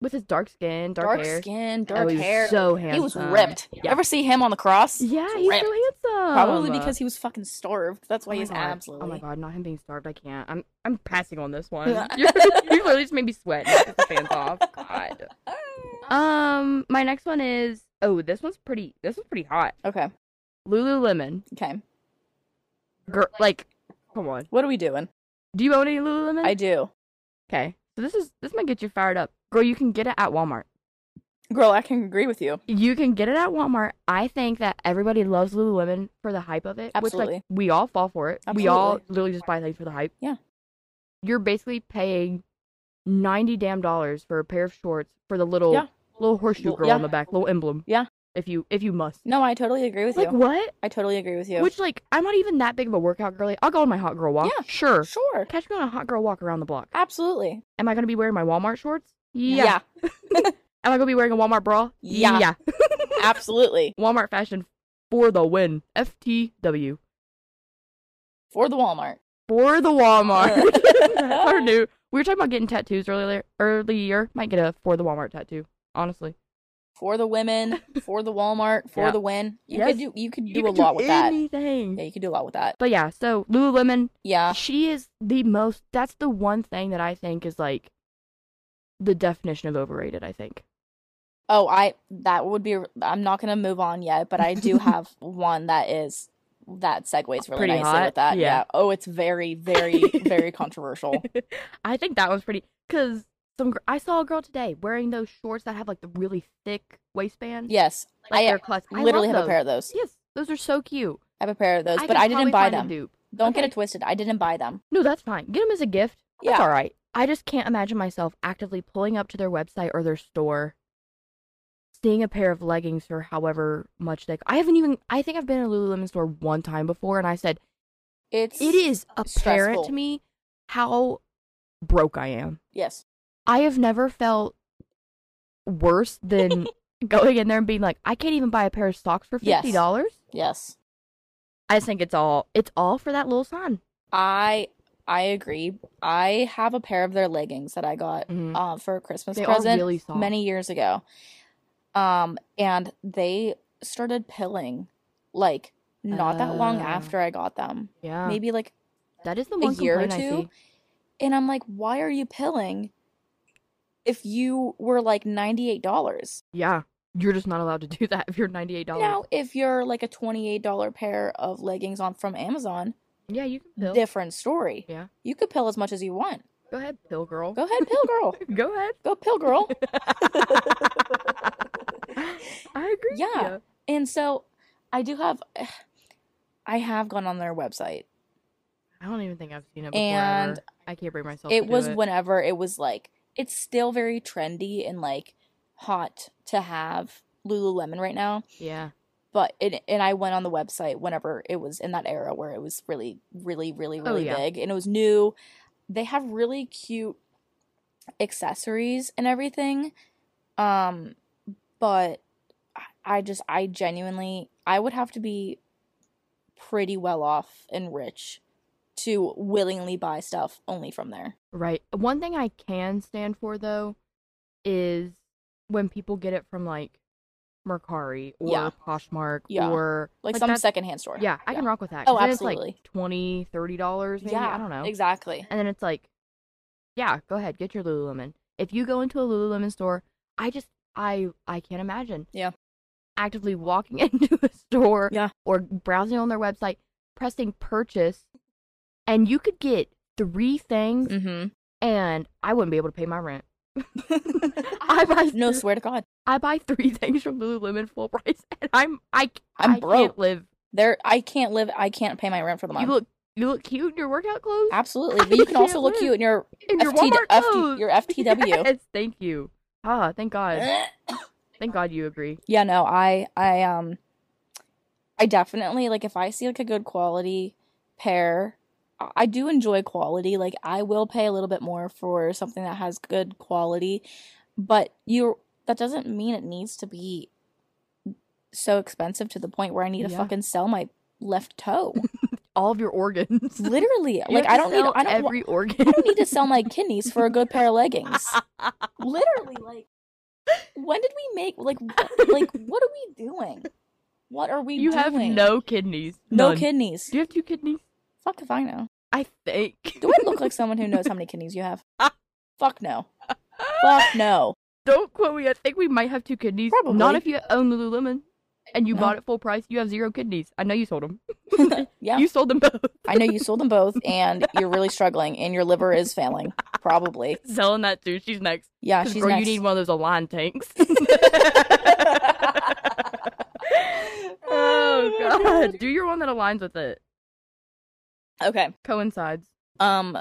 with his dark skin, dark,
Dark,
hair.
skin,
Oh,
dark
he was
hair.
So
he
handsome.
was ripped. You
Yeah.
ever see him on the cross?
Yeah,
He's
he's so
ripped.
handsome.
Probably because he was fucking starved. That's why
my
he's
God.
absolutely.
Oh my god, not him being starved. I can't. I'm I'm passing on this one.
Yeah.
you literally just made me sweat. now that The fans off. God.
Uh,
Um, my next one is oh, this one's pretty. This one's pretty hot.
Okay.
Lululemon.
Okay.
Girl, like, come on.
What are we doing?
Do you own any Lululemon?
I do.
Okay. So this is this might get you fired up, girl. You can get it at Walmart.
Girl, I can agree with you.
You can get it at Walmart. I think that everybody loves Lululemon for the hype of it. Which,
Absolutely.
like, we all fall for it. We all
Absolutely.
literally just buy things for the hype.
Yeah.
You're basically paying ninety damn dollars for a pair of shorts for the little
Yeah.
little horseshoe
Well,
girl
yeah.
on the back, little emblem.
Yeah.
If you if you must.
No, I totally agree with
Like
you.
what?
I totally agree with you.
Which like I'm not even that big of a workout girly. I'll go on my hot girl walk.
Yeah.
Sure.
sure.
Catch me on a hot girl walk around the block.
Absolutely.
Am I gonna be wearing my Walmart shorts? Am I gonna be wearing a Walmart bra?
Yeah.
Yeah.
absolutely.
Walmart fashion for the win. FTW.
For the Walmart.
For the Walmart.
Uh.
That's our new. We were talking about getting tattoos earlier earlier. Might get a for the Walmart tattoo, honestly.
For the women. For the Walmart. For
Yeah.
the win. You
Yes.
could do you could do
You
a
could
lot with that.
anything.
Yeah, Uh. you could do a lot with that.
But yeah, so Lululemon,
Yeah.
she is the most that's the one thing that I think is like the definition of overrated, I think.
Oh, I that would be I'm not going to move on yet, but I do have one that is that segues really
Pretty
nicely
hot?
with that.
Yeah.
Oh, it's very very very controversial.
I think that one's pretty cuz some gr- I saw a girl today wearing those shorts that have like the really thick waistband.
Yes.
like
I
they're clutch. I
literally
love
have a
those.
pair of those.
Yes, those are so cute.
I have a pair of those, but
could
I didn't
probably
buy
find a
them.
dupe.
Don't get
Okay.
it twisted. I didn't buy them.
No, that's fine. Get them as a gift. That's
Yeah.
all right. I just can't imagine myself actively pulling up to their website or their store, seeing a pair of leggings for however much they. I haven't even. I think I've been in a Lululemon store one time before, and I said
It's
it is apparent
stressful.
to me how broke I am.
Yes.
I have never felt worse than going in there and being like, I can't even buy a pair of socks for
Yes.
fifty dollars.
Yes.
I just think it's all it's all for that little son.
I I agree. I have a pair of their leggings that I got
Mhm.
uh, for a Christmas
They are
present
really soft.
many years ago. Um, and they started pilling like not that long
Oh.
after I got them.
yeah,
Maybe like
that is the
a
one
year or
complaint I
two?
see.
and I'm like, why are you pilling if you were like $98?
Yeah, you're just not allowed to do that if you're ninety eight dollars.
Now, if you're like a $28 pair of leggings on from Amazon,
Yeah, you can pill.
different story.
Yeah.
You could pill as much as you want.
Go ahead, pill girl.
Go ahead, pill girl.
Go ahead.
Go pill girl.
I agree.
Yeah.
with
And so I do have I have gone on their website.
ya. I don't even think I've seen it before.
And
ever. I can't bring myself.
It
to
was
do it.
whenever it was like it's still very trendy and like hot to have Lululemon right now,
Yeah.
but it and I went on the website whenever it was in that era where it was really really really really
Oh, yeah.
big and it was new. They have really cute accessories and everything. Um but I- I just I genuinely I would have to be pretty well off and rich to willingly buy stuff only from there.
Right. One thing I can stand for though is when people get it from like Mercari or
Yeah.
Poshmark
Yeah.
or
Like,
Like
some
that's-
secondhand store.
yeah, I can rock with that.
Oh,
'cause then it's, like,
absolutely.
Twenty, thirty dollars. Maybe.
yeah,
I don't know.
Exactly.
And then it's like, yeah, go ahead, get your Lululemon. If you go into a Lululemon store, I just, I, I can't imagine.
Yeah.
Actively walking into a store
Yeah.
or browsing on their website, pressing purchase, and you could get three things,
Mhm.
and I wouldn't be able to pay my rent. I buy
No,
th-
swear to god.
I buy three things from Lululemon full price, and I'm I c-
I'm
I can't
broke.
live.
There I can't live I can't pay my rent for the
You
month.
look you look cute in your workout clothes,
Absolutely. But you can also
can't
look
live.
cute in your
in your
FT,
Walmart
FT
clothes.
your FTW.
Yes, thank you. Ah, thank God.
Eh.
Thank God you agree.
yeah no i i um i definitely like if i see like a good quality pair I- i do enjoy quality like i will pay a little bit more for something that has good quality but you that doesn't mean it needs to be so expensive to the point where i need to
Yeah.
fucking sell my left toe
all of your organs.
Literally,
You
like
have
I
to
don't need
sell
I don't wa-
every
I
organ.
don't need to sell my kidneys for a good pair of leggings. Literally, like when did we make like what, like what are we doing? What are we
you
doing?
have no kidneys.
no
None.
kidneys.
Do you have two kidneys?
Fuck if I know.
I think.
Do I look like someone who knows how many kidneys you have? Fuck no. Fuck no.
Don't quote me. I think we might have two kidneys. Not
Probably.
if you own Lululemon and you
No.
bought it full price. You have zero kidneys. I know you sold them.
Yeah.
You sold them both.
I know you sold them both and you're really struggling and your liver is failing. Probably.
Selling that too. She's next.
Yeah,
'Cause,
she's
girl,
next.
you need one of those Align tanks. oh God. Do your one that aligns with it.
Okay.
Coincides.
Um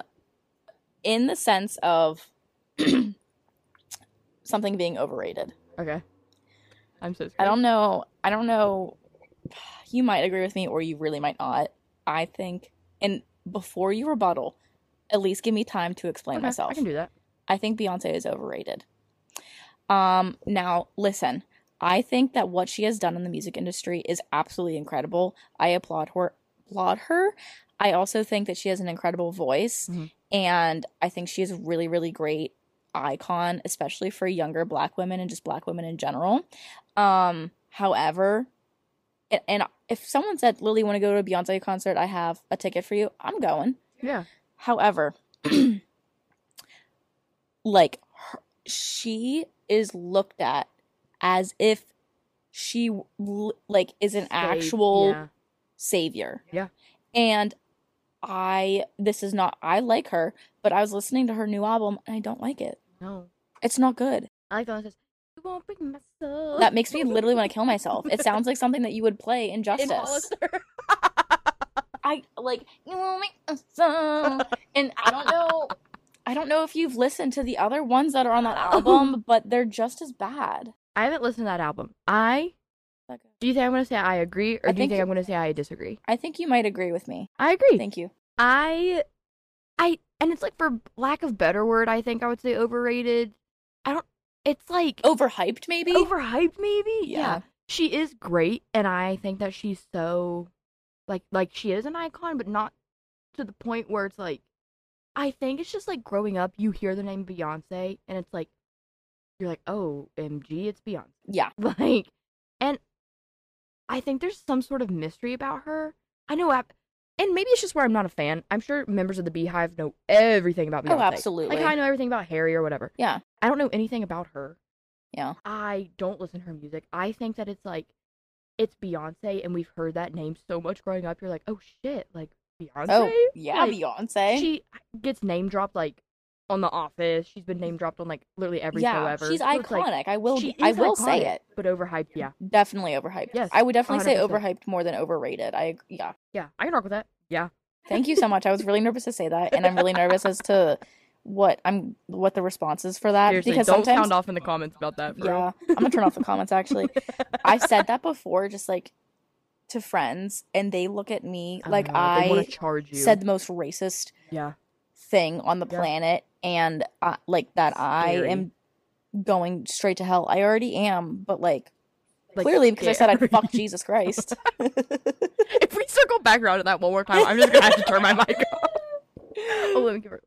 in the sense of something being overrated.
Okay. I'm so scared.
I don't know. I don't know. You might agree with me, or you really might not. I think, and before you rebuttal, at least give me time to explain
Okay,
myself.
I can do that.
I think Beyonce is overrated. Um, now listen, I think that what she has done in the music industry is absolutely incredible. I applaud her. Applaud her. I also think that she has an incredible voice,
Mhm.
and I think she is a really, really great icon, especially for younger Black women and just Black women in general. Um, however, and, and if someone said, "Lily, want to go to a Beyonce concert? I have a ticket for you. I'm going."
Yeah.
However, like her, she is looked at as if she l- like is an
Save-
actual
yeah.
savior.
Yeah.
And I this is not I like her, but I was listening to her new album and I don't like it.
No.
It's not good.
I like the one that says, "You won't break my soul."
That makes me literally want to kill myself. It sounds like something that you would play in
In
Justice.
Hollister.
I like you will make a song. and I don't know I don't know if you've listened to the other ones that are on that album, but they're just as bad.
I haven't listened to that album. I do you think I'm gonna say I agree, or
I
do you
think
think
you-
I'm gonna say I disagree?
I think you might agree with me.
I agree.
Thank you.
I, I, and it's like for lack of better word, I think I would say overrated. I don't. It's like
Overhyped maybe?
overhyped, maybe.
Yeah.
she is great, and I think that she's so, like, like she is an icon, but not to the point where it's like. I think it's just like growing up, you hear the name Beyonce, and it's like, you're like, oh, MG, it's Beyonce.
yeah.
like and i think there's some sort of mystery about her i know I, and maybe it's just where i'm not a fan i'm sure members of the beehive know everything about
Oh,
Beyonce.
absolutely.
like how i know everything about harry or whatever
Yeah.
i don't know anything about her
Yeah.
i don't listen to her music i think that it's like it's beyonce and we've heard that name so much growing up you're like oh shit like beyonce
Oh, yeah,
Like,
Beyonce.
she gets name dropped like on the office she's been name dropped on like literally every show
yeah,
ever
she's
So it's, like,
iconic. I will
she
I
is
will say
iconic,
it.
but overhyped yeah
Definitely overhyped.
Yes,
I would definitely say
100%.
overhyped more than overrated. I ag- yeah.
Yeah, I can rock with that. Yeah.
Thank you so much. I was really nervous to say that, and I'm really nervous as to what I'm what the response is for that
Seriously,
Uh, because
don't
sometimes
sound off in the comments about that. For
yeah, I'm gonna turn off the comments. Actually, I've said that before, just like to friends, and they look at me like
want
I
to charge you.
said the most racist
yeah,
thing on the
Yeah.
planet, and uh, like that I
Scary.
am going straight to hell. I already am, but like,
like,
clearly because I said I
scary.
fuck Jesus Christ.
if we circle back around to that one more time, I'm just gonna have to turn my mic off. Oh, let me give her.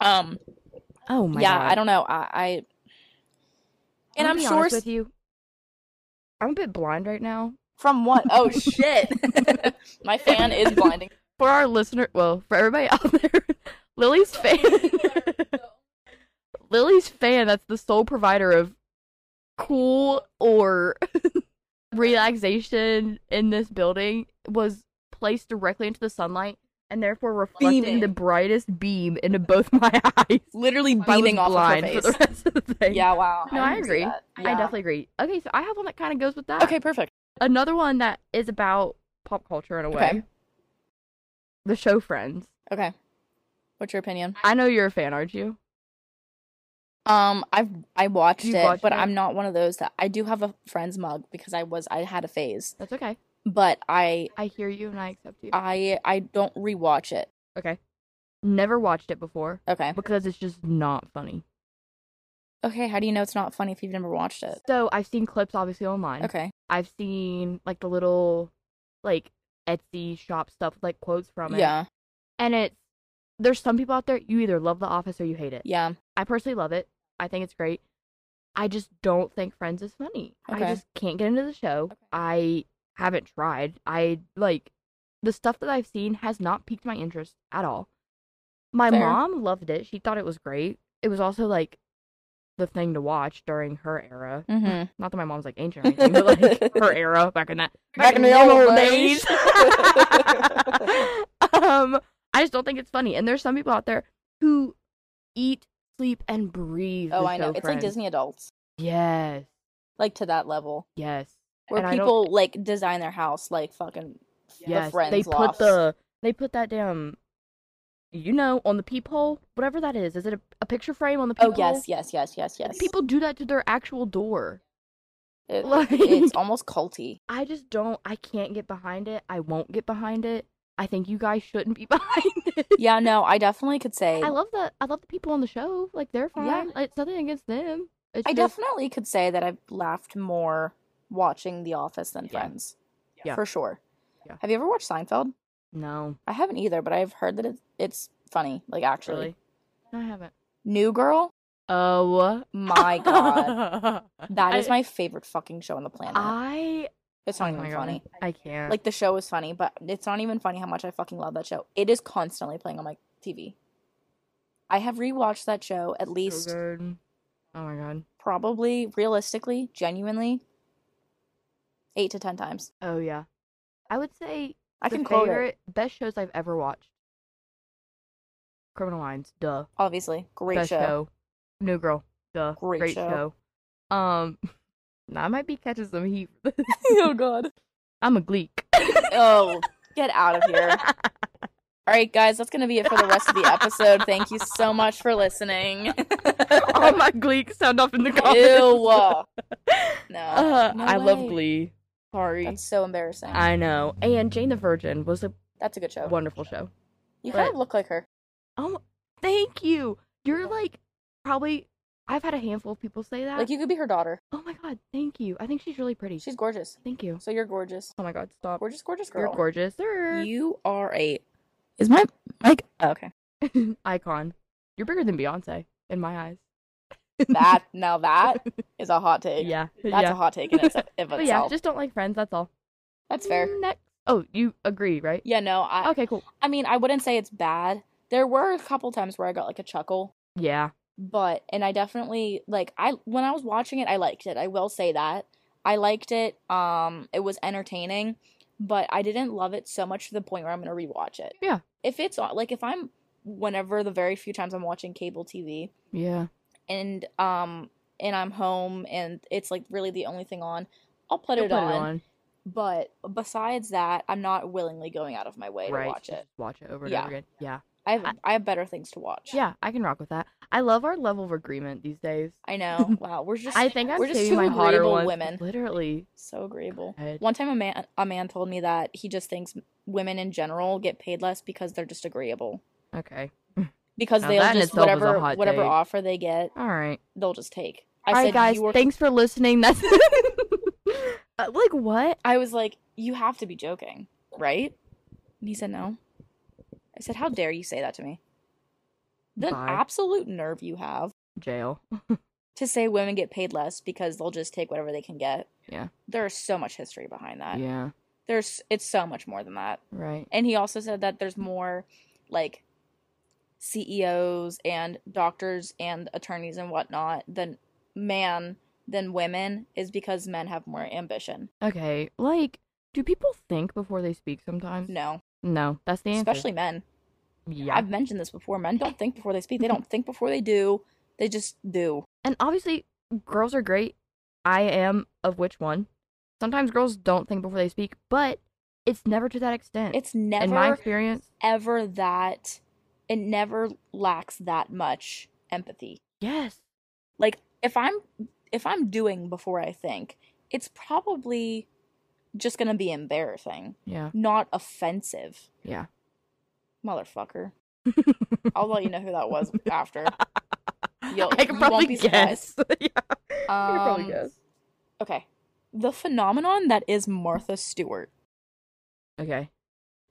um,
Oh my
yeah,
god.
I don't know. I, I and
gonna
I'm
be
sure
honest with you. I'm a bit blind right now.
From what? Oh shit! My fan is blinding.
For our listener, well, for everybody out there, Lily's fan. Lily's fan. That's the sole provider of cool or relaxation in this building was placed directly into the sunlight and therefore reflecting
Beaming.
the brightest beam into both my eyes.
Literally
I was
beaming off of her
blind
face.
for the rest of the thing.
Yeah, wow.
No, I
didn't see
agree.
that.
I
Yeah.
definitely agree. Okay, so I have one that kind of goes with that.
Okay, perfect.
Another one that is about pop culture in a way.
Okay.
The show Friends.
Okay. What's your opinion?
I know you're a fan, aren't you?
Um, I've I watched
You've
it,
watched
but
it?
I'm not one of those that I do have a friend's mug because I was I had a phase,
That's okay.
but I
I hear you and I accept you.
I I don't rewatch it.
Uh, okay. Never watched it before
Okay.
because it's just not funny.
Okay. How do you know it's not funny if you've never watched it?
So I've seen clips obviously online.
Okay.
I've seen like the little like Etsy shop stuff with like quotes from it.
Yeah.
And it's there's some people out there you either love The Office or you hate it.
Yeah.
I personally love it. I think it's great. I just don't think Friends is funny.
Okay.
I just can't get into the show. I haven't tried. I like the stuff that I've seen has not piqued my interest at all. My
Fair.
mom loved it. She thought it was great. It was also like the thing to watch during her era.
Mm-hmm.
Not that my mom's like ancient or anything, but like her era back in that
Back in the
them
old days.
um, I just don't think it's funny. And there's some people out there who eat, sleep, and breathe.
Oh,
the
I know.
show
It's like
Friends.
Disney adults,
Yes,
like to that level,
yes.
where
And I don't-
people like design their house like fucking
yes,
the friends.
they put
loft.
the they put that damn, you know, on the peephole, whatever that is. Is it a, a picture frame on the
Oh
peephole?
yes, yes, yes, yes, yes.
People do that to their actual door.
It-
Like-
it's almost culty.
I just don't. I can't get behind it. I won't get behind it. I think you guys shouldn't be behind it.
Yeah, no, I definitely could say
I
I,
love the I love the people on the show. Like they're fine. It's nothing against them. It's just-
definitely could say that I've laughed more watching The Office than
Yeah.
Friends.
Yeah.
For sure.
Yeah.
Have you ever watched Seinfeld?
no,
I haven't either, but I've heard that it, it's funny, like actually.
really. No, I haven't.
New Girl?
Oh
My god. That is
I- Ah.
my favorite fucking show on the planet.
I.
it's not
oh my
even
God,
funny.
I can't.
Like the show is funny, but it's not even funny how much I fucking love that show. It is constantly playing on my TV. I have rewatched that show at
So
least
good. Oh my god.
probably realistically, genuinely 8 to 10 times.
Oh yeah. I would say
I
the
can quote it.
favorite best shows I've ever watched. Criminal Minds, duh.
Obviously, great
best
show.
show. New Girl, duh.
Great show.
show. Um, I might be catching some heat. for this.
oh god.
I'm a gleek.
Oh, get out of here. All right, guys, that's going to be it for the rest of the episode. Thank you so much for listening.
All my Gleek sound off in the
Ew.
comments.
No.
Uh,
No
I love
way.
Glee. Sorry.
That's so embarrassing.
I know. And Jane the Virgin was a
That's a good show.
wonderful show.
You kind of
but-
look like her.
Oh, thank you. You're like probably. I've had a handful of people say that.
Like, you could be her daughter.
oh my god, thank you. I think she's really pretty.
She's gorgeous.
thank you.
So you're gorgeous.
Oh my god, stop.
Gorgeous, gorgeous girl.
You're gorgeous. Sir.
You are a. Is my mic. oh, okay.
Icon. You're bigger than Beyonce in my eyes.
That, now that is a hot take.
yeah.
That's
yeah.
a hot take in its, of itself.
but yeah, just don't like friends. That's all.
That's fair.
Next. Oh, you agree, right?
Yeah, no, I,
Okay, cool.
I mean, I wouldn't say it's bad. There were a couple times where I got like a chuckle,
Yeah.
but and I definitely like I when I was watching it, I liked it. I will say that. I liked it. Um it was entertaining, but I didn't love it so much to the point where I'm going to rewatch it.
Yeah.
If it's on like if I'm whenever the very few times I'm watching cable TV
Yeah.
and um and I'm home and it's like really the only thing on, I'll put, it,
You'll
on, But besides that, I'm not willingly going out of my way
Right.
to watch
just
it.
Watch it over and
Yeah.
over again. Yeah.
I have I have better things to watch.
Yeah, I can rock with that. I love our level of agreement these days.
I know. Wow, we're just
I think I'm
we're just
saving
two
my hotter
agreeable
ones.
women.
Literally.
so agreeable.
God.
One time, a man a man told me that he just thinks women in general get paid less because they're just agreeable
Okay.
because
Now
they'll
that in
just
itself is a
whatever
hot
whatever
take.
offer they get,
All right.
they'll just take. I
All right,
said,
guys.
you were.
Thanks for listening. That's Uh, like what?
I was like, you have to be joking, right? And he said, no. I said, how dare you say that to me? The
Bye.
absolute nerve you have
Jail.
to say women get paid less because they'll just take whatever they can get.
Yeah.
There's so much history behind that.
Yeah.
There's it's so much more than that.
Right.
And he also said that there's more like CEOs and doctors and attorneys and whatnot than man than women is because men have more ambition.
Okay. Like, do people think before they speak sometimes?
No,
No, that's the answer.
especially men.
yeah.
I've mentioned this before. Men don't think before they speak. They don't think before they do. They just do.
and obviously, girls are great. I am of which one. Sometimes girls don't think before they speak, but it's never to that extent.
It's
in my
never
experience.
ever that it never lacks that much empathy.
Yes.
like if i'm if i'm doing before i think it's probably just gonna be embarrassing
Yeah.
not offensive
Yeah.
motherfucker i'll let you know who that was after You'll-
I
you won't
can probably
be
guess.
surprised.
yeah. I can probably
Um,
guess.
okay the phenomenon that is martha stewart
Okay.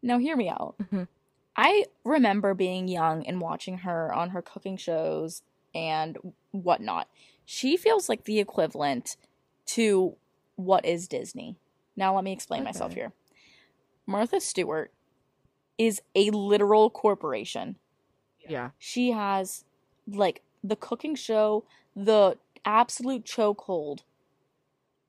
Now hear me out.
Mhm.
I remember being young and watching her on her cooking shows and whatnot. She feels like the equivalent to what is Disney. Now let me explain myself
Okay.
here. Martha Stewart is a literal corporation.
Yeah.
She has like the cooking show, the absolute chokehold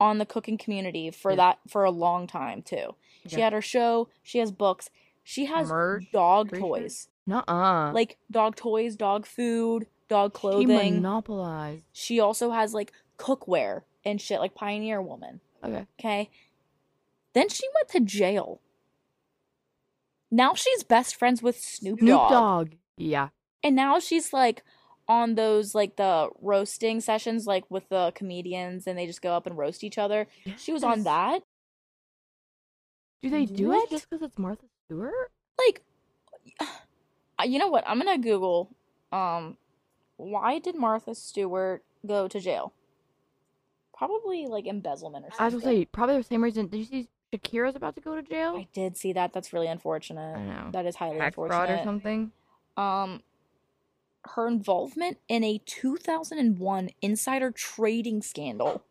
on the cooking community for
Yeah.
that for a long time too. She
Yeah.
had her show, she has books, she has
Merch,
dog
pretty sure.
toys.
Nuh-uh.
Like dog toys, dog food, dog
She
clothing.
monopolized.
she also has like cookware and shit like Pioneer Woman,
Okay.
okay? Then she went to jail. Now she's best friends with Snoop,
Snoop
Dogg.
Dogg. Yeah.
And now she's like on those like the roasting sessions like with the comedians and they just go up and roast each other. She was on
Yes.
that.
Do they do
What?
it just because it's Martha Stewart?
Like you know what? I'm going to Google um why did Martha Stewart go to jail? Probably like embezzlement or something.
I was gonna say probably the same reason. Did you see Shakira's about to go to jail?
I did see that. That's really unfortunate.
I know.
That is highly
Tax fraud or
unfortunate.
something.
um her involvement in a 2001 insider trading scandal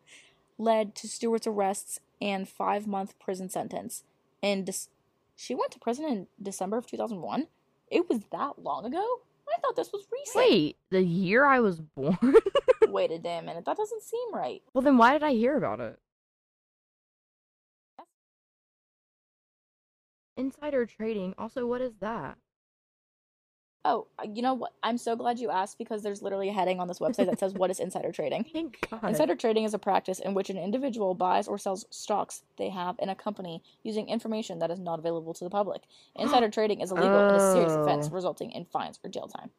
led to Stewart's arrests and 5-month prison sentence. And dis- she went to prison in December of 2001? It was that long ago? I thought this was recent.
Wait, the year I was born.
Wait, a damn minute. That doesn't seem right.
well, then why did I hear about it? Insider trading. Also, what is that?
Oh, you know what? I'm so glad you asked because there's literally a heading on this website that says what is insider trading.
Thank God.
Insider trading is a practice in which an individual buys or sells stocks they have in a company using information that is not available to the public. Insider trading is illegal and a serious offense
Oh.
resulting in fines or jail time.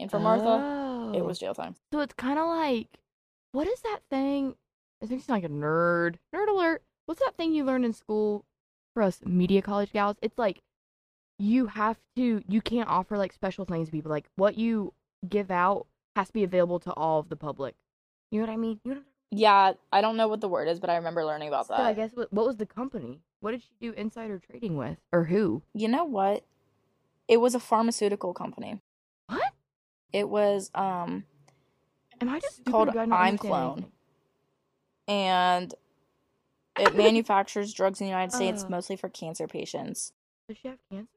And for Martha, it
Oh.
was jail time.
So it's kind of like, what is that thing? It makes me like a nerd. Nerd alert. What's that thing you learned in school for us media college gals? It's like you have to, you can't offer like special things to people. Like what you give out has to be available to all of the public. You know what I mean? You know what
Yeah, I don't know what the word is, but I remember learning
I'm
about
So I
that.
guess what, what was the company? What did she do insider trading with? Or who?
You know what? It was a pharmaceutical company.
What?
It was um
Am I just
It's called
stupid or do I not
I'm
understand
Clone.
anything?
and it manufactures drugs in the United States
Ah.
mostly for cancer patients.
Does she have cancer?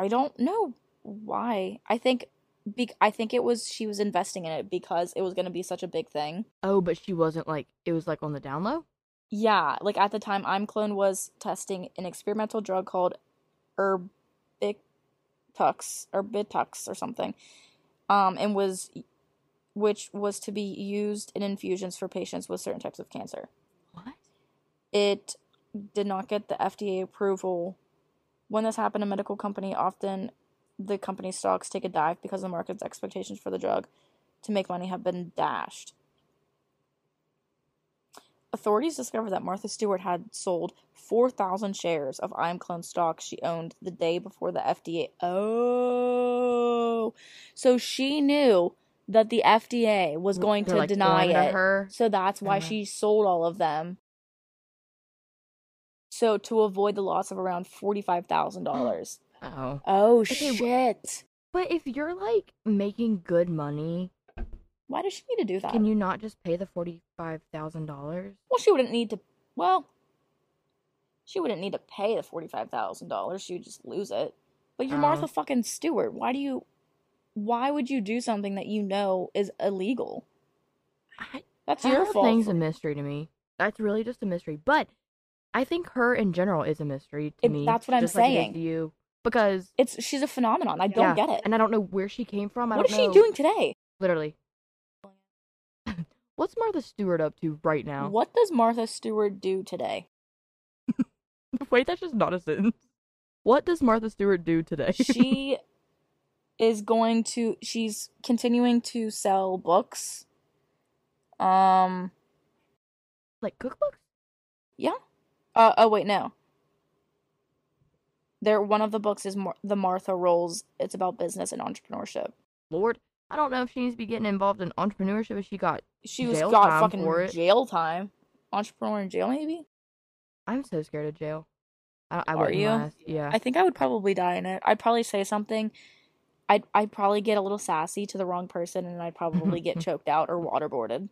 I don't know why. I think be- I think it was she was investing in it because it was going to be such a big thing.
Oh, but she wasn't like it was like on the down low.
Yeah, like at the time I'm Clone was testing an experimental drug called Erbitux or Bitux or something. Um and was which was to be used in infusions for patients with certain types of cancer.
What?
It did not get the FDA approval. When this happened, a medical company often the company's stocks take a dive because the market's expectations for the drug to make money have been dashed. Authorities discovered that Martha Stewart had sold 4,000 shares of I'm Clone stock she owned the day before the FDA. Oh, so she knew that the FDA was going
They're,
to
like,
deny
on to
it.
her.
So that's why
Okay.
she sold all of them. So to avoid the loss of around forty-five thousand dollars.
Oh.
Oh
Okay, wh-
shit!
But if you're like making good money,
Why does she need to do that?
can you not just pay the forty-five thousand dollars?
well, she wouldn't need to. Well, she wouldn't need to pay the forty-five thousand dollars. She would just lose it. But you're
Oh.
Martha fucking Stewart. Why do you? Why would you do something that you know is illegal? That's
That
your
whole
fault.
thing's
for-
a mystery to me. That's really just a mystery. But I think her in general is a mystery to
It-
me.
that's what I'm
just like it is
saying.
to you because
it's she's a phenomenon. I don't
yeah,
get it.
and I don't know where she came from. I
What is
don't
she
know-
doing today?
Literally. What's Martha Stewart up to right now?
What does Martha Stewart do today?
Wait, that's just not a sentence. What does Martha Stewart do today?
she is going to she's continuing to sell books um
like cookbooks?
uh, oh wait no there one of the books is Mar- the martha rolls it's about business and entrepreneurship
Lord, I don't know if she needs to be getting involved in entrepreneurship if she got
she was
Jail
got
time
fucking
for it.
jail time entrepreneur in jail maybe
I'm so scared of jail. I, I
Are
wouldn't
you?
last. Yeah.
I think I would probably die in it. I'd probably say something. I'd, I'd probably get a little sassy to the wrong person and I'd probably get choked out or waterboarded.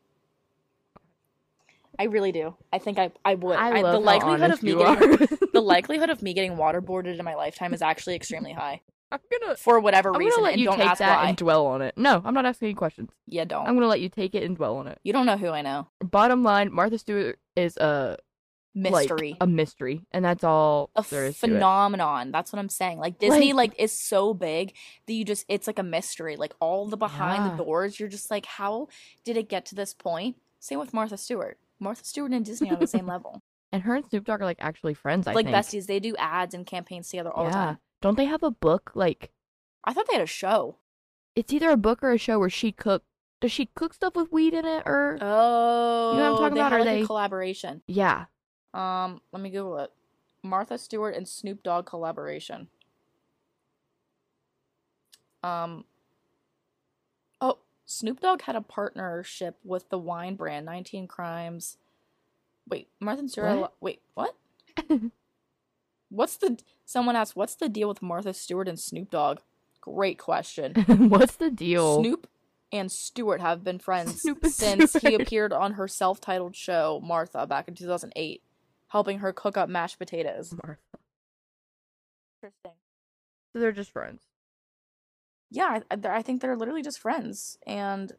I really do. I think I, I would. I- the
love how
likelihood
honest
of me
you
getting
are.
the likelihood of me getting waterboarded in my lifetime is actually extremely high
I'm gonna.
for whatever
I'm
reason.
gonna let
and
you
don't
take
ask
that
why.
and dwell on it. No, I'm not asking any questions.
Yeah, don't.
I'm gonna let you take it and dwell on it.
You don't know who I know.
Bottom line, Martha Stewart is a like,
Mystery.
a mystery, and that's all
a
there is to it.
phenomenon. That's what I'm saying. Like Disney, like, is so big that you just it's like a mystery. Like all the behind
Yeah.
the doors, you're just like, how did it get to this point? Same with Martha Stewart. Martha Stewart and Disney are on the same level.
And her and Snoop Dogg are like actually friends. I
like
think.
besties, they do ads and campaigns together all
yeah.
the time.
Don't they have a book? Like
I thought they had a show.
it's either a book or a show where she cook. Does she cook stuff with weed in it or?
Oh,
talking
they
about,
had
or
like a
they-
collaboration.
yeah.
Um, let me Google it. Martha Stewart and Snoop Dogg collaboration. Um, oh, Snoop Dogg had a partnership with the wine brand 19 Crimes. Wait, Martha Stewart.
What?
Wait, what? What's the. Someone asked, what's the deal with Martha Stewart and Snoop Dogg? Great question.
What's the deal?
Snoop and Stewart have been friends
Snoop and
since he
Stewart.
appeared on her self titled show, Martha, back in 2008, helping her cook up mashed potatoes.
Martha.
Interesting.
So they're just friends.
Yeah, I, I I think they're literally just friends. And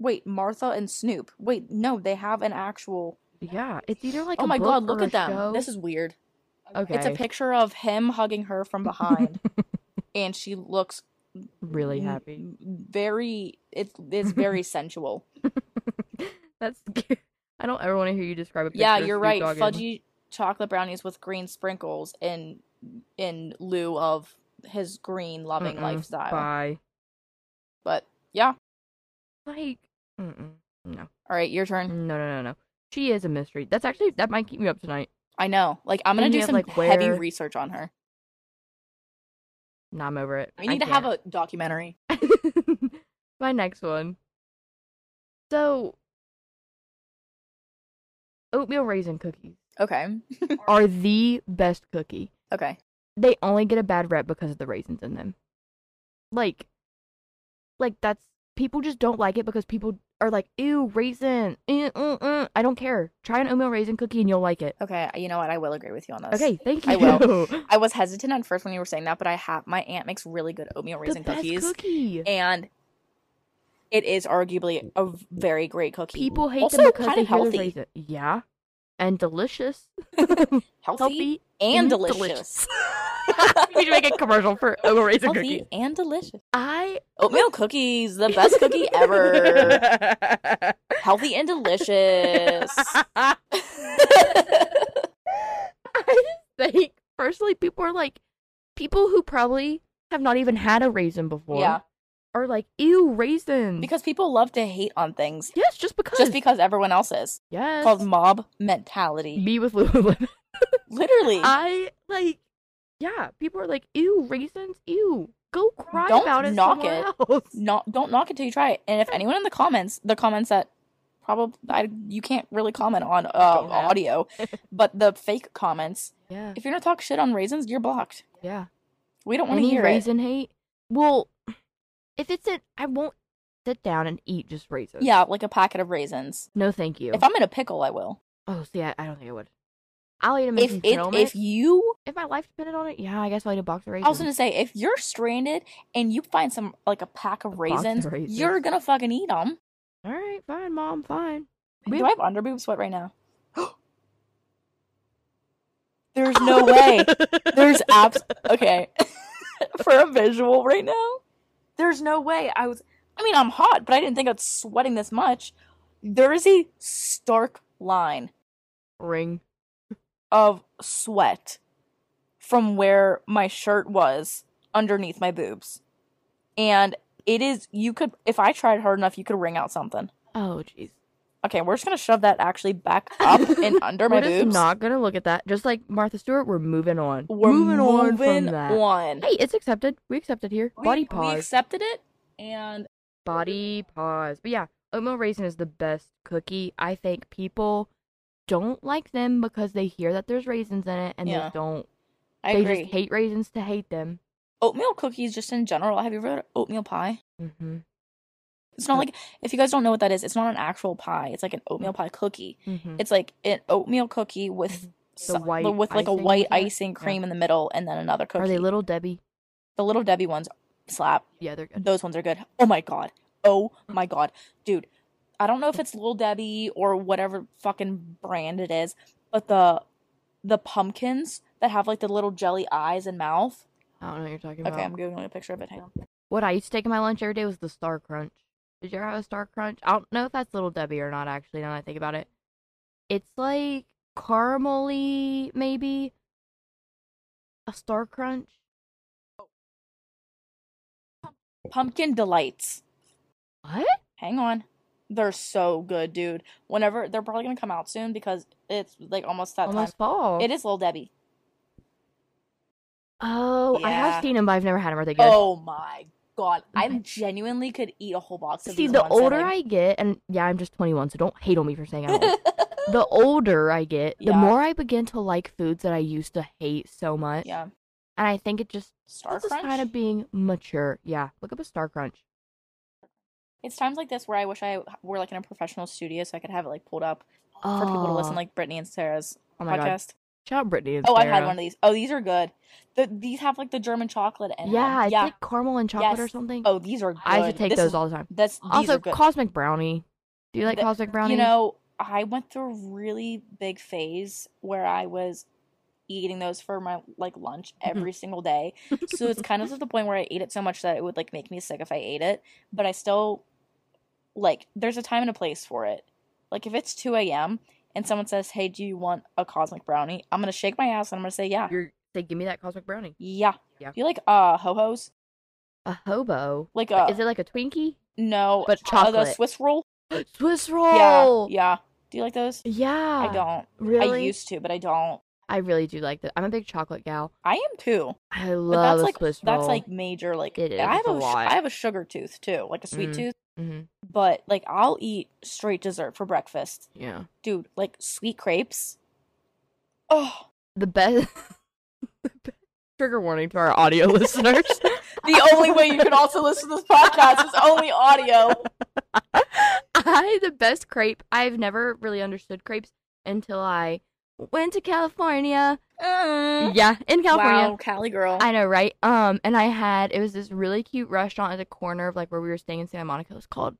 wait, Martha and Snoop. Wait, no, they have an actual.
Yeah. It's either like
oh
a
my
book
god,
or
look
a
at them.
show.
This is weird.
okay.
It's a picture of him hugging her from behind, and she looks
really
n-
happy.
Very, it's it's very sensual.
That's scary. I don't ever want to hear you describe a picture
Yeah,
of
you're
Snoop
right.
Dogg and-
Fudgy chocolate brownies with green sprinkles in in lieu of his green loving
Mm-mm.
lifestyle.
Bye.
But yeah.
Like, mm-mm. no,
All right, your
no,
turn.
no, no, no. She is a mystery. That's actually that might keep me up tonight.
I know. Like I'm gonna
Thinking
do
of,
some
like,
heavy
where-
research on her.
Nah, I'm over it.
We need to have a documentary.
a my next one. So, oatmeal raisin cookies
Okay.
are the best cookie.
Okay.
They only get a bad rep because of the raisins in them. Like, like that's people just don't like it because people are like, "Ew, raisin." Eh, uh, uh." I don't care. Try an oatmeal raisin cookie and you'll like it.
Okay. You know what? I will agree with you on this.
Okay, thank you.
Uh, I will. I was hesitant at first when you were saying that, but I have my aunt makes really good oatmeal
the
raisin
best
cookies,
cookie.
and it is arguably a very great cookie.
People hate
also
them because
kind
they
of
hear the
healthy,
raisin- Yeah, and delicious,
healthy,
healthy,
and delicious.
delicious. we need to make a commercial for oatmeal raisin
healthy
cookies.
and delicious.
I
Oatmeal cookies, the best cookie ever. healthy and delicious.
I just think personally, people are like people who probably have not even had a raisin before.
Yeah.
are like ew raisins
because people love to hate on things
yes, just because
just because everyone else is.
yes
Called mob mentality.
me with Lulu.
Literally.
I like, yeah. People are like, ew, raisins, ew. Go cry
Don't
about it.
knock
somewhere
it.
else."
not don't knock it till you try it. And if anyone in the comments, the comments that probably I, you can't really comment on uh,
Don't have.
audio, but the fake comments,
Yeah,
if you're gonna talk shit on raisins, you're blocked.
yeah.
We don't want to
Any
hear it.
raisin hate? Well, if it's it, I won't sit down and eat just raisins.
Yeah, like a packet of raisins.
No, thank you.
If I'm in a pickle, I will.
oh, see, I, I don't think I would. I'll eat them
If
in
it,
concealment.
if you,
if my life depended on it, yeah, I guess I'll eat a box of raisins.
I was gonna say, if you're stranded and you find some like a pack of
box of
raisins,
raisins.
you're gonna fucking eat them.
All right, fine, mom, fine. We-
Do I have underboob sweat right now? There's no way. There's abs. Okay, for a visual right now, there's no way. I was. I mean, I'm hot, but I didn't think I was sweating this much. There is a stark line
ring.
of sweat from where my shirt was underneath my boobs, and it is. You could, if I tried hard enough, you could wring out something.
Oh, jeez.
Okay, we're just gonna shove that actually back up and under my
We're just
boobs.
not gonna look at that. Just like Martha Stewart, we're moving on.
we're moving,
on from that.
on.
Hey, it's accepted. We accepted here. Body
we,
pause.
We accepted it, and
Body pause. But yeah, oatmeal raisin is the best cookie. I think people don't like them because they hear that there's raisins in it and
Yeah.
they don't.
I
they
agree.
just hate raisins to hate them.
oatmeal cookies, just in general. Have you ever had oatmeal pie?
Mm-hmm.
It's not
No.
like if you guys don't know what that is, it's not an actual pie. It's like an oatmeal pie cookie.
mm-hmm.
It's like an oatmeal cookie with so-
white
with like a
icing
white
on it?
icing cream in the middle, and then another cookie.
Are they little Debbie?
the little Debbie ones slap.
Yeah, they're good. Mm.
Those ones are good. Oh my god. Oh my god. Dude, I don't know if it's Little Debbie or whatever fucking brand it is, but the the pumpkins that have like the little jelly eyes and mouth.
I don't know what you're talking
Okay,
about.
I'm googling a picture of it. Hang on.
What I used to take in my lunch every day was the Star Crunch. Did you ever have a Star Crunch? I don't know if that's Little Debbie or not, actually, now that I think about it. It's like caramelly, maybe. A Star Crunch?
Pumpkin delights.
What?
Hang on. They're so good, dude. Whenever they're probably gonna come out soon because it's like almost that
Almost fall.
time. It is Little Debbie.
Oh, I
Yeah.
have seen them, but I've never had them. Are they good?
Oh my god. I genuinely could eat a whole box of
Oh See,
these
the
ones and,
older
like,
I get, and yeah, I'm just 21, so don't hate on me for saying I'm old. the older I get, the
Yeah.
more I begin to like foods that I used to hate so much.
yeah.
And I think it just
Star
this is
Crunch.
kind of being mature. Yeah, look up a Star Crunch.
It's times like this where I wish I were like in a professional studio so I could have it like pulled up for people to listen,
Oh,
like Brittany and Sarah's
oh my god,
podcast.
shout out Brittany. And
Oh, I've had
Sarah.
one of these. Oh, these are good. The, these have like the German chocolate in
Yeah,
them.
it's like caramel and chocolate or
Yes.
something.
oh, these are good.
I used to take
This
those
is-
all the time.
That's these
Also,
are good.
cosmic brownie. Do you like
The-
cosmic brownie?
You know, I went through a really big phase where I was eating those for my like lunch
Mm-hmm.
every single day. So it's kind of to the point where I ate it so much that it would like make me sick if I ate it. But I still like there's a time and a place for it. Like if it's two AM and someone says, Hey, do you want a cosmic brownie? I'm gonna shake my ass and I'm gonna say yeah.
you're say, give me that cosmic brownie.
Yeah.
Yeah.
You like uh ho hos?
A hobo.
Like uh
is it like a Twinkie?
no
But
uh, the
chocolate.
Swiss roll?
Swiss
Yeah.
roll.
Yeah. Do you like those?
Yeah.
I don't.
Really?
I used to, but I don't.
I really do like that. I'm a big chocolate gal.
I am too.
I
But
love
that's
a
like
Swiss
that's
roll.
like major like
It is,
I have
it's a
a, sh-
lot.
I have a sugar tooth too, like a sweet
Mm.
tooth.
hmm
But like I'll eat straight dessert for breakfast,
yeah.
dude. Like sweet crepes. Oh,
The best. Trigger warning to our audio listeners.
the only way you can also listen to this podcast is only audio.
I the best crepe. I've never really understood crepes until I went to California.
Mm.
Yeah, in California.
Wow, Cali girl.
I know, right? Um, and I had it was this really cute restaurant at the corner of like where we were staying in Santa Monica. It was called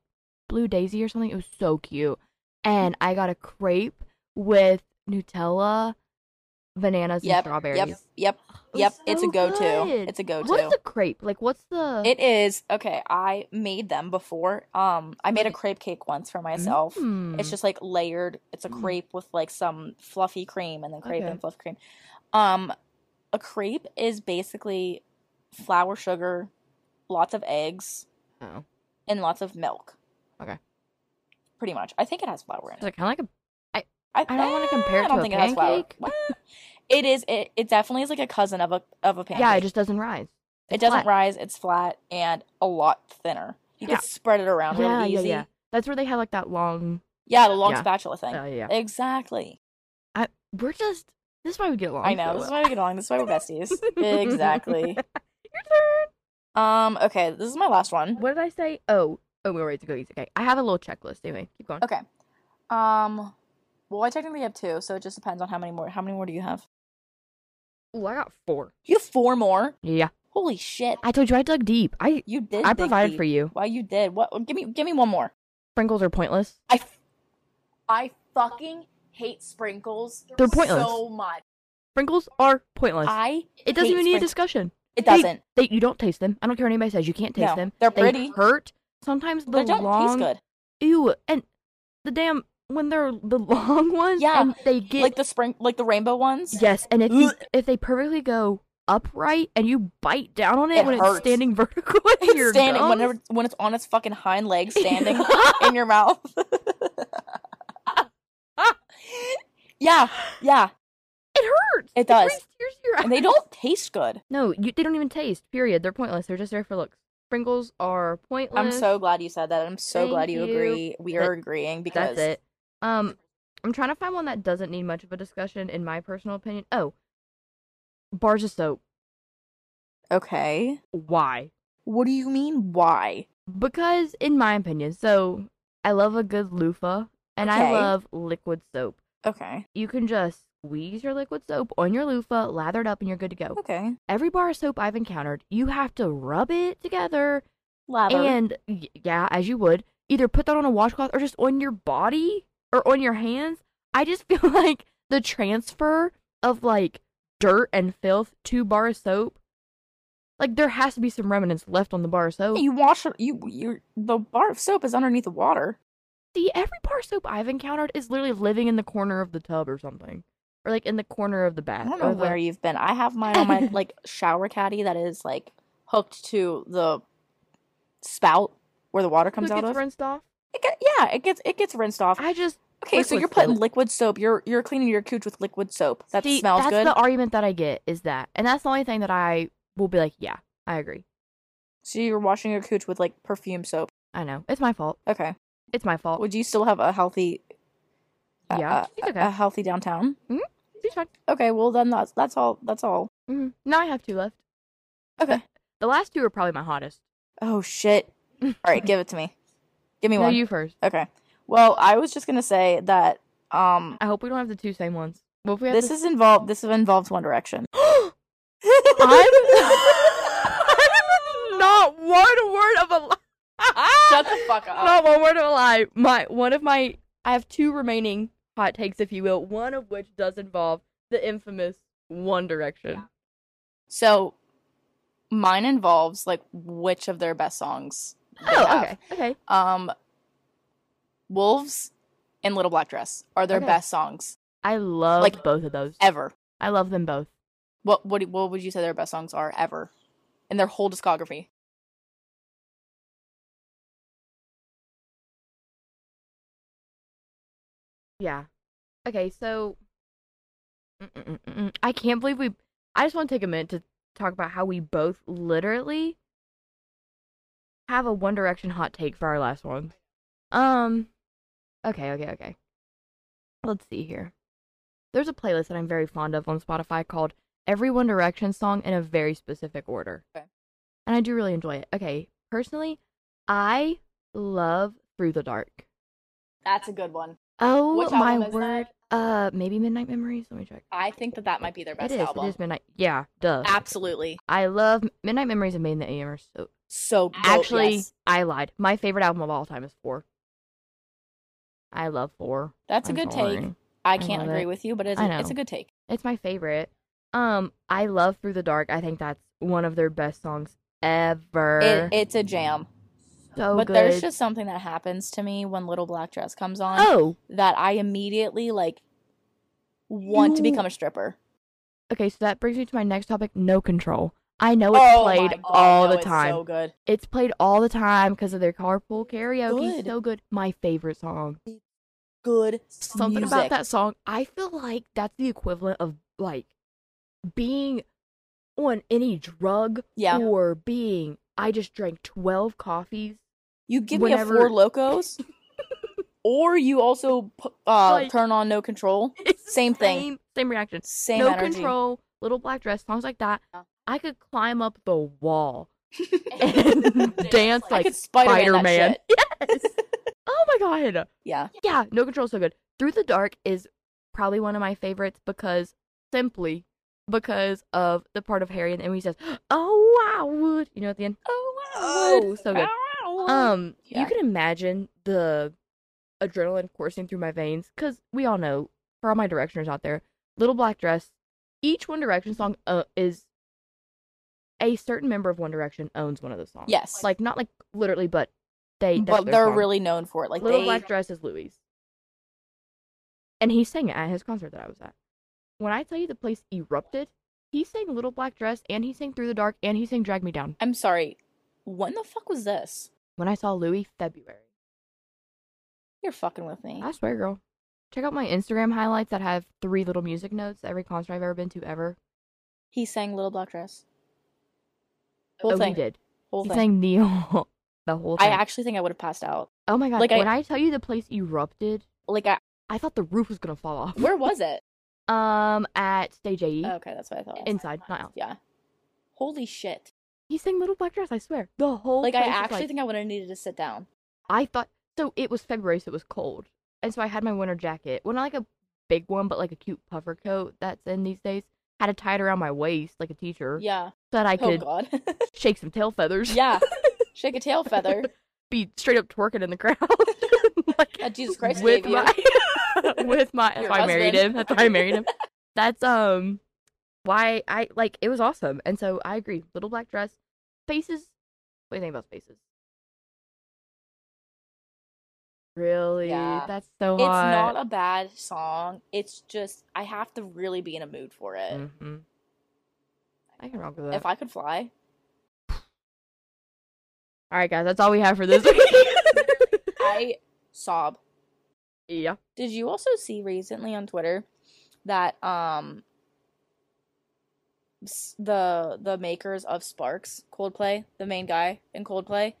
Blue Daisy or something. It was so cute, and I got a crepe with Nutella, bananas,
Yep,
and strawberries.
yep, yep,
It was
yep. it's a
so
go-to.
good.
It's a go-to.
What's a crepe? Like, what's the?
It is okay. I made them before. Um, I made a
Okay.
crepe cake once for myself. It's
Mm.
just like layered. It's a
Mm.
crepe with like some fluffy cream and then crepe
Okay.
and fluff cream. Um, a crepe is basically flour, sugar, lots of eggs,
Oh.
and lots of milk.
Okay.
Pretty much. I think it has flour
Is
in it.
it kind of like a?
I
I don't wanna compare it
I
to
don't
a
think
pancake.
it has flour. Well, it is. It, it definitely is like a cousin of a of a pancake.
Yeah, it just doesn't rise.
it
It's
doesn't
flat.
rise. It's flat and a lot thinner. You
Yeah.
can spread it around
Yeah,
really
yeah,
easy. Oh,
yeah. That's where they have like that long.
Yeah, the long
Yeah.
spatula thing.
Uh, yeah,
Exactly.
we're just. This is why we get along.
I know. This is why we get along. This is why we're besties. exactly.
Your turn.
Um. Okay. This is my last one.
What did I say? Oh, oh, we were ready to go eat. Okay, I have a little checklist. Anyway, keep going.
Okay. Um. Well, I technically have two, so it just depends on how many more. How many more do you have?
Ooh, I got four.
You have four more.
Yeah,
Holy shit!
I told you I had to look deep. I
You did.
I
dig
provided
deep.
for you.
Why you did? What? Give me. Give me one more.
Sprinkles are pointless.
I. f- I fucking hate sprinkles.
They're pointless.
So much.
Sprinkles are pointless.
I.
it doesn't
hate
even need a
sprinkles.
discussion.
It doesn't.
They you don't taste them. I don't care what anybody says. You can't taste
No,
them.
they're
They
pretty.
hurt. Sometimes the
They don't taste
long
good.
ew and the damn when they're the long ones.
Yeah,
and they get
Like the spring, like the rainbow ones.
yes, and if you,
Ugh.
if they perfectly go upright and you bite down on it,
It
when
hurts.
it's standing vertical, in
It's
your
standing
gums,
whenever when it's on its fucking hind legs, standing in your mouth. yeah, yeah,
It hurts.
It does.
brings tears to your
and they
eyes.
don't taste good.
No, you, they don't even taste. Period. They're pointless. They're just there for looks. Sprinkles are pointless.
I'm so glad you said that. I'm so
Thank
glad you,
you.
agree. We
That-
are agreeing because
That's it. Um, I'm trying to find one that doesn't need much of a discussion, in my personal opinion. Oh, bars of soap.
Okay.
Why?
What do you mean? Why?
Because, in my opinion, so I love a good loofah and I
Okay.
love liquid soap.
Okay.
You can just squeeze your liquid soap on your loofah, lather it up, and you're good to go.
Okay.
Every bar of soap I've encountered, you have to rub it together
Lather.
and, y- yeah, as you would, either put that on a washcloth or just on your body or on your hands. I just feel like the transfer of like dirt and filth to bar of soap, like there has to be some remnants left on the bar of soap.
you wash it. You you. The bar of soap is underneath the water.
See, every bar soap I've encountered is literally living in the corner of the tub or something, or like in the corner of the
I
bath.
don't
or
know
the-
where you've been. I have mine on my like shower caddy that is like hooked to the spout where the water
So it
comes out
gets
of.
rinsed off.
It get, yeah, it gets it gets rinsed off.
I just
Okay, so
liquid
you're putting
soap.
liquid soap. You're you're cleaning your cooch with liquid soap. That
see,
smells
that's
good.
the argument that I get is that, and that's the only thing that I will be like, yeah, I agree.
So you're washing your cooch with like perfume soap.
I know it's my fault.
Okay.
It's my fault.
Would uh, you still have a healthy a-
yeah,
a-
she's okay.
a healthy downtown?
she's fine.
Okay, well then that's that's all that's all.
hmm Now I have two left.
Okay.
The last two are probably my hottest.
Oh shit. All right, give it to me. Give me
No,
one.
you first.
Okay. Well, I was just going to say that um
I hope we don't have the two same ones. Well, if we have
this
the-
is involved this involves One Direction.
I'm not one word of a lie.
Shut the fuck up.
Not one word of a lie. My one of my I have two remaining hot takes, if you will. One of which does involve the infamous One Direction.
So mine involves like which of their best songs. they have.
Oh, okay.
Um Wolves and Little Black Dress are their
Okay.
best songs
I love
Like-
both of those.
ever.
I love them both.
What what do- what would you say their best songs are ever in their whole discography?
Yeah. Okay, so Mm-mm-mm-mm. I can't believe we. I just want to take a minute to talk about how we both literally have a One Direction hot take for our last one. Um. Okay. Okay. Okay. Let's see here. There's a playlist that I'm very fond of on Spotify called Every One Direction Song in a Very Specific Order.
Okay.
And I do really enjoy it. Okay. Personally, I love Through the Dark.
That's a good one.
Oh
Which
my
album is
word. Uh maybe Midnight Memories. Let me check.
I think that that might be their best
it is.
album.
It is Midnight. Yeah, duh.
Absolutely.
I love Midnight Memories and Made in the AM are so.
So dope,
Actually,
Oh, yes.
I lied. My favorite album of all time is Four. I love Four.
that's a
I'm
good take.
sorry.
I can't
love
agree
it.
with you, but it's
I
a, it's
know.
a good take.
It's my favorite. Um, I love Through the Dark. I think that's one of their best songs ever.
It, it's a jam.
so
but
Oh, good.
there's just something that happens to me when Little Black Dress comes on
oh,
that I immediately like want to
You-
become a stripper.
okay. So that brings me to my next topic: No Control. I know it's
Oh my
played
God,
all
no,
the
it's
time.
so good.
It's played all the time because of their carpool karaoke.
Good.
So good. My favorite song.
Good
Something
music.
about that song. I feel like that's the equivalent of like being on any drug
Yeah.
or being. I just drank twelve coffees.
You give
whenever-
me a four locos, or you also pu- uh,
Like-
turn on no control.
It's the
Same thing.
Same, same reaction.
Same
no
energy.
control. Little black dress. Songs like that.
Yeah.
I could climb up the wall and dance
I
like
could Spider-Man,
Spider
that
Man.
shit.
Yes. oh my god.
Yeah.
Yeah, No Control is so good. Through the Dark is probably one of my favorites because simply because of the part of Harry and then when he says, "Oh, I would," you know, at the end.
Oh,
Oh, so good.
Um,
Um,
Yeah.
you can imagine the adrenaline coursing through my veins because we all know, for all my Directioners out there, Little Black Dress, each One Direction song uh, is a certain member of One Direction owns one of those songs.
Yes.
like not like literally, but they. that's
but
their
they're
song.
really known for it. Like
Little
they,
Black Dress is Louis. And he sang it at his concert that I was at. When I tell you the place erupted, he sang Little Black Dress and he sang Through the Dark and he sang Drag Me Down.
I'm sorry. When the fuck was this?
When I saw Louis February.
You're fucking with me.
I swear, girl. Check out my Instagram highlights that have three little music notes every concert I've ever been to ever.
He sang Little Black Dress. Whole
oh,
thing.
he did.
Whole
he
thing.
sang Neil the whole
I
thing.
actually think I would have passed out.
oh my god.
like, I-
when I tell you the place erupted,
Like I,
I thought the roof was gonna fall off.
Where was it?
Um, at Stage AE.
Okay, that's what Oh, I thought.
Inside, not out.
Yeah. Holy shit.
He sang Little Black Dress. I swear, the whole
Like I
place was
actually
like-
think I would have needed to sit down.
I thought so. It was February, so it was cold, and so I had my winter jacket. Well, not like a big one, but like a cute puffer coat that's in these days. Had it tied around my waist like a teacher,
Yeah.
so that I
Oh
could
god.
shake some tail feathers.
yeah. Shake a tail feather.
be straight up twerking in the crowd. like,
That Jesus Christ
with
gave you.
my with my that's
Your
why I married
husband.
him. That's why I married him. That's um why I like it was awesome. And so I agree. Little black dress, faces. What do you think about spaces? Really?
Yeah.
That's so
It's
hot.
not a bad song. It's just I have to really be in a mood for it.
hmm I can rock with that.
If I could fly,
All right, guys, that's all we have for this week.
I sob.
yeah.
Did you also see recently on Twitter that um s- the the makers of Sparks, Coldplay, the main guy in Coldplay,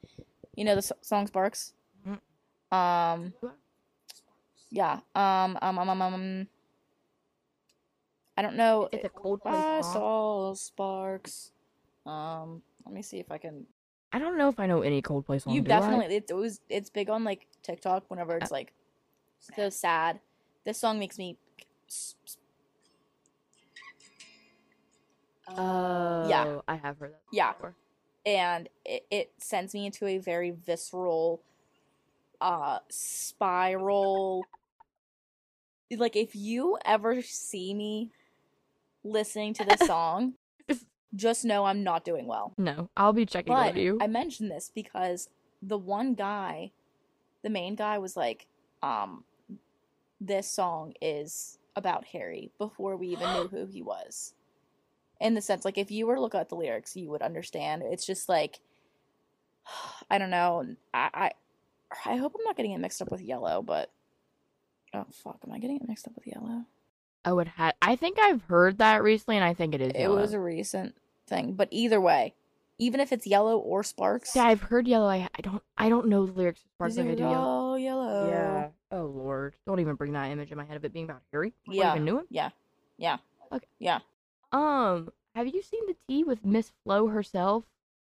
you know the s- song Sparks.
Mhm.
Um, yeah. Um, um, um, um, um, I don't know.
It's a
It-
cold
I
one.
saw Sparks. Um, let me see if I can.
I don't know if I know any Coldplay song.
You
do I?
definitely it, it was it's big on like TikTok whenever it's like so sad. This song makes me s- s-
Oh,
yeah.
I have heard that.
Yeah.
before.
and it, it sends me into a very visceral uh spiral like if you ever see me listening to this song just know i'm not doing well
No, I'll be checking
but
on you.
i mentioned this because the one guy the main guy was like um this song is about harry before we even knew who he was in the sense like if you were to look at the lyrics you would understand it's just like i don't know i i, I hope i'm not getting it mixed up with yellow but oh fuck am i getting it mixed up with yellow
I would have. I think I've heard that recently, and I think it is.
it was a recent thing but either way even if it's yellow or sparks
Yeah, I've heard yellow. I, I don't. I don't know the lyrics as far
Is
as like I
it
do yellow.
all yellow.
Oh lord! Don't even bring that image in my head of it being about Harry. I
Yeah.
Even knew him.
Yeah. Yeah.
Okay.
Yeah.
Um. Have you seen the tea with Miss Flo herself,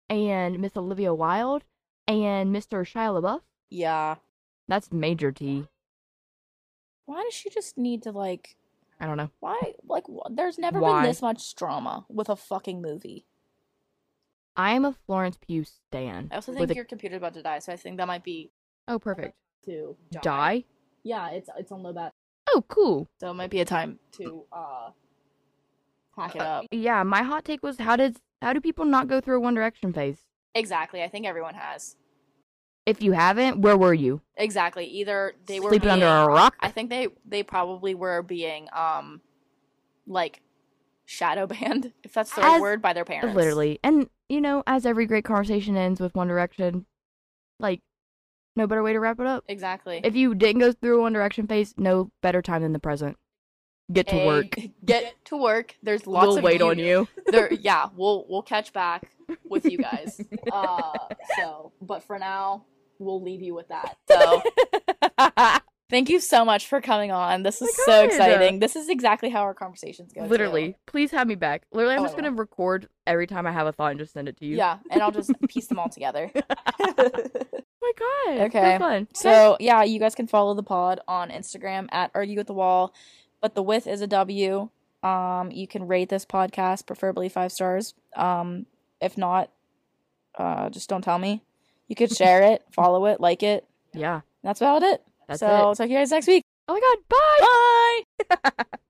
and Miss Olivia Wilde, and Mr. Shia LaBeouf?
Yeah.
That's major tea.
Why does she just need to like?
I don't know.
Why? Like, wh- there's never
Why?
been this much drama with a fucking movie.
I am a Florence Pugh stan.
I also
with
think
a-
your computer's about to die, so I think that might be
Oh, perfect.
to die.
Die.
Yeah, it's it's on low bat,
Oh, cool.
so it might be a time to uh pack it up.
Yeah, my hot take was how did how do people not go through a One Direction phase?
Exactly. I think everyone has.
If you haven't, where were you?
Exactly. Either they were
sleeping under
being-
a rock.
I think they they probably were being um like shadow banned, if that's the right
As-
word, by their parents.
Literally, and you know, as every great conversation ends with One Direction, like no better way to wrap it up.
Exactly.
If you didn't go through a One Direction phase, no better time than the present. Get to
A-
work.
Get to work. There's lots
we'll
of
wait on you.
There, yeah, we'll we'll catch back with you guys. Uh, so, but for now, we'll leave you with that. So, thank you so much for coming on. This
Oh
is
my
so
God.
exciting. This is exactly how our conversations go. too.
Literally, please have me back. Literally, I'm
Oh,
just
I will.
gonna record every time I have a thought and just send it to you.
Yeah, and I'll just piece them all together.
Oh my god.
Okay.
So fun.
So yeah, you guys can follow the pod on Instagram at Are You at the Wall, but the width is a W. Um, you can rate this podcast, preferably five stars. Um, if not, uh, just don't tell me. You could share it, follow it, like it.
yeah.
That's about it.
That's
so
it.
I'll talk to you guys next week.
Oh my god. Bye.
Bye.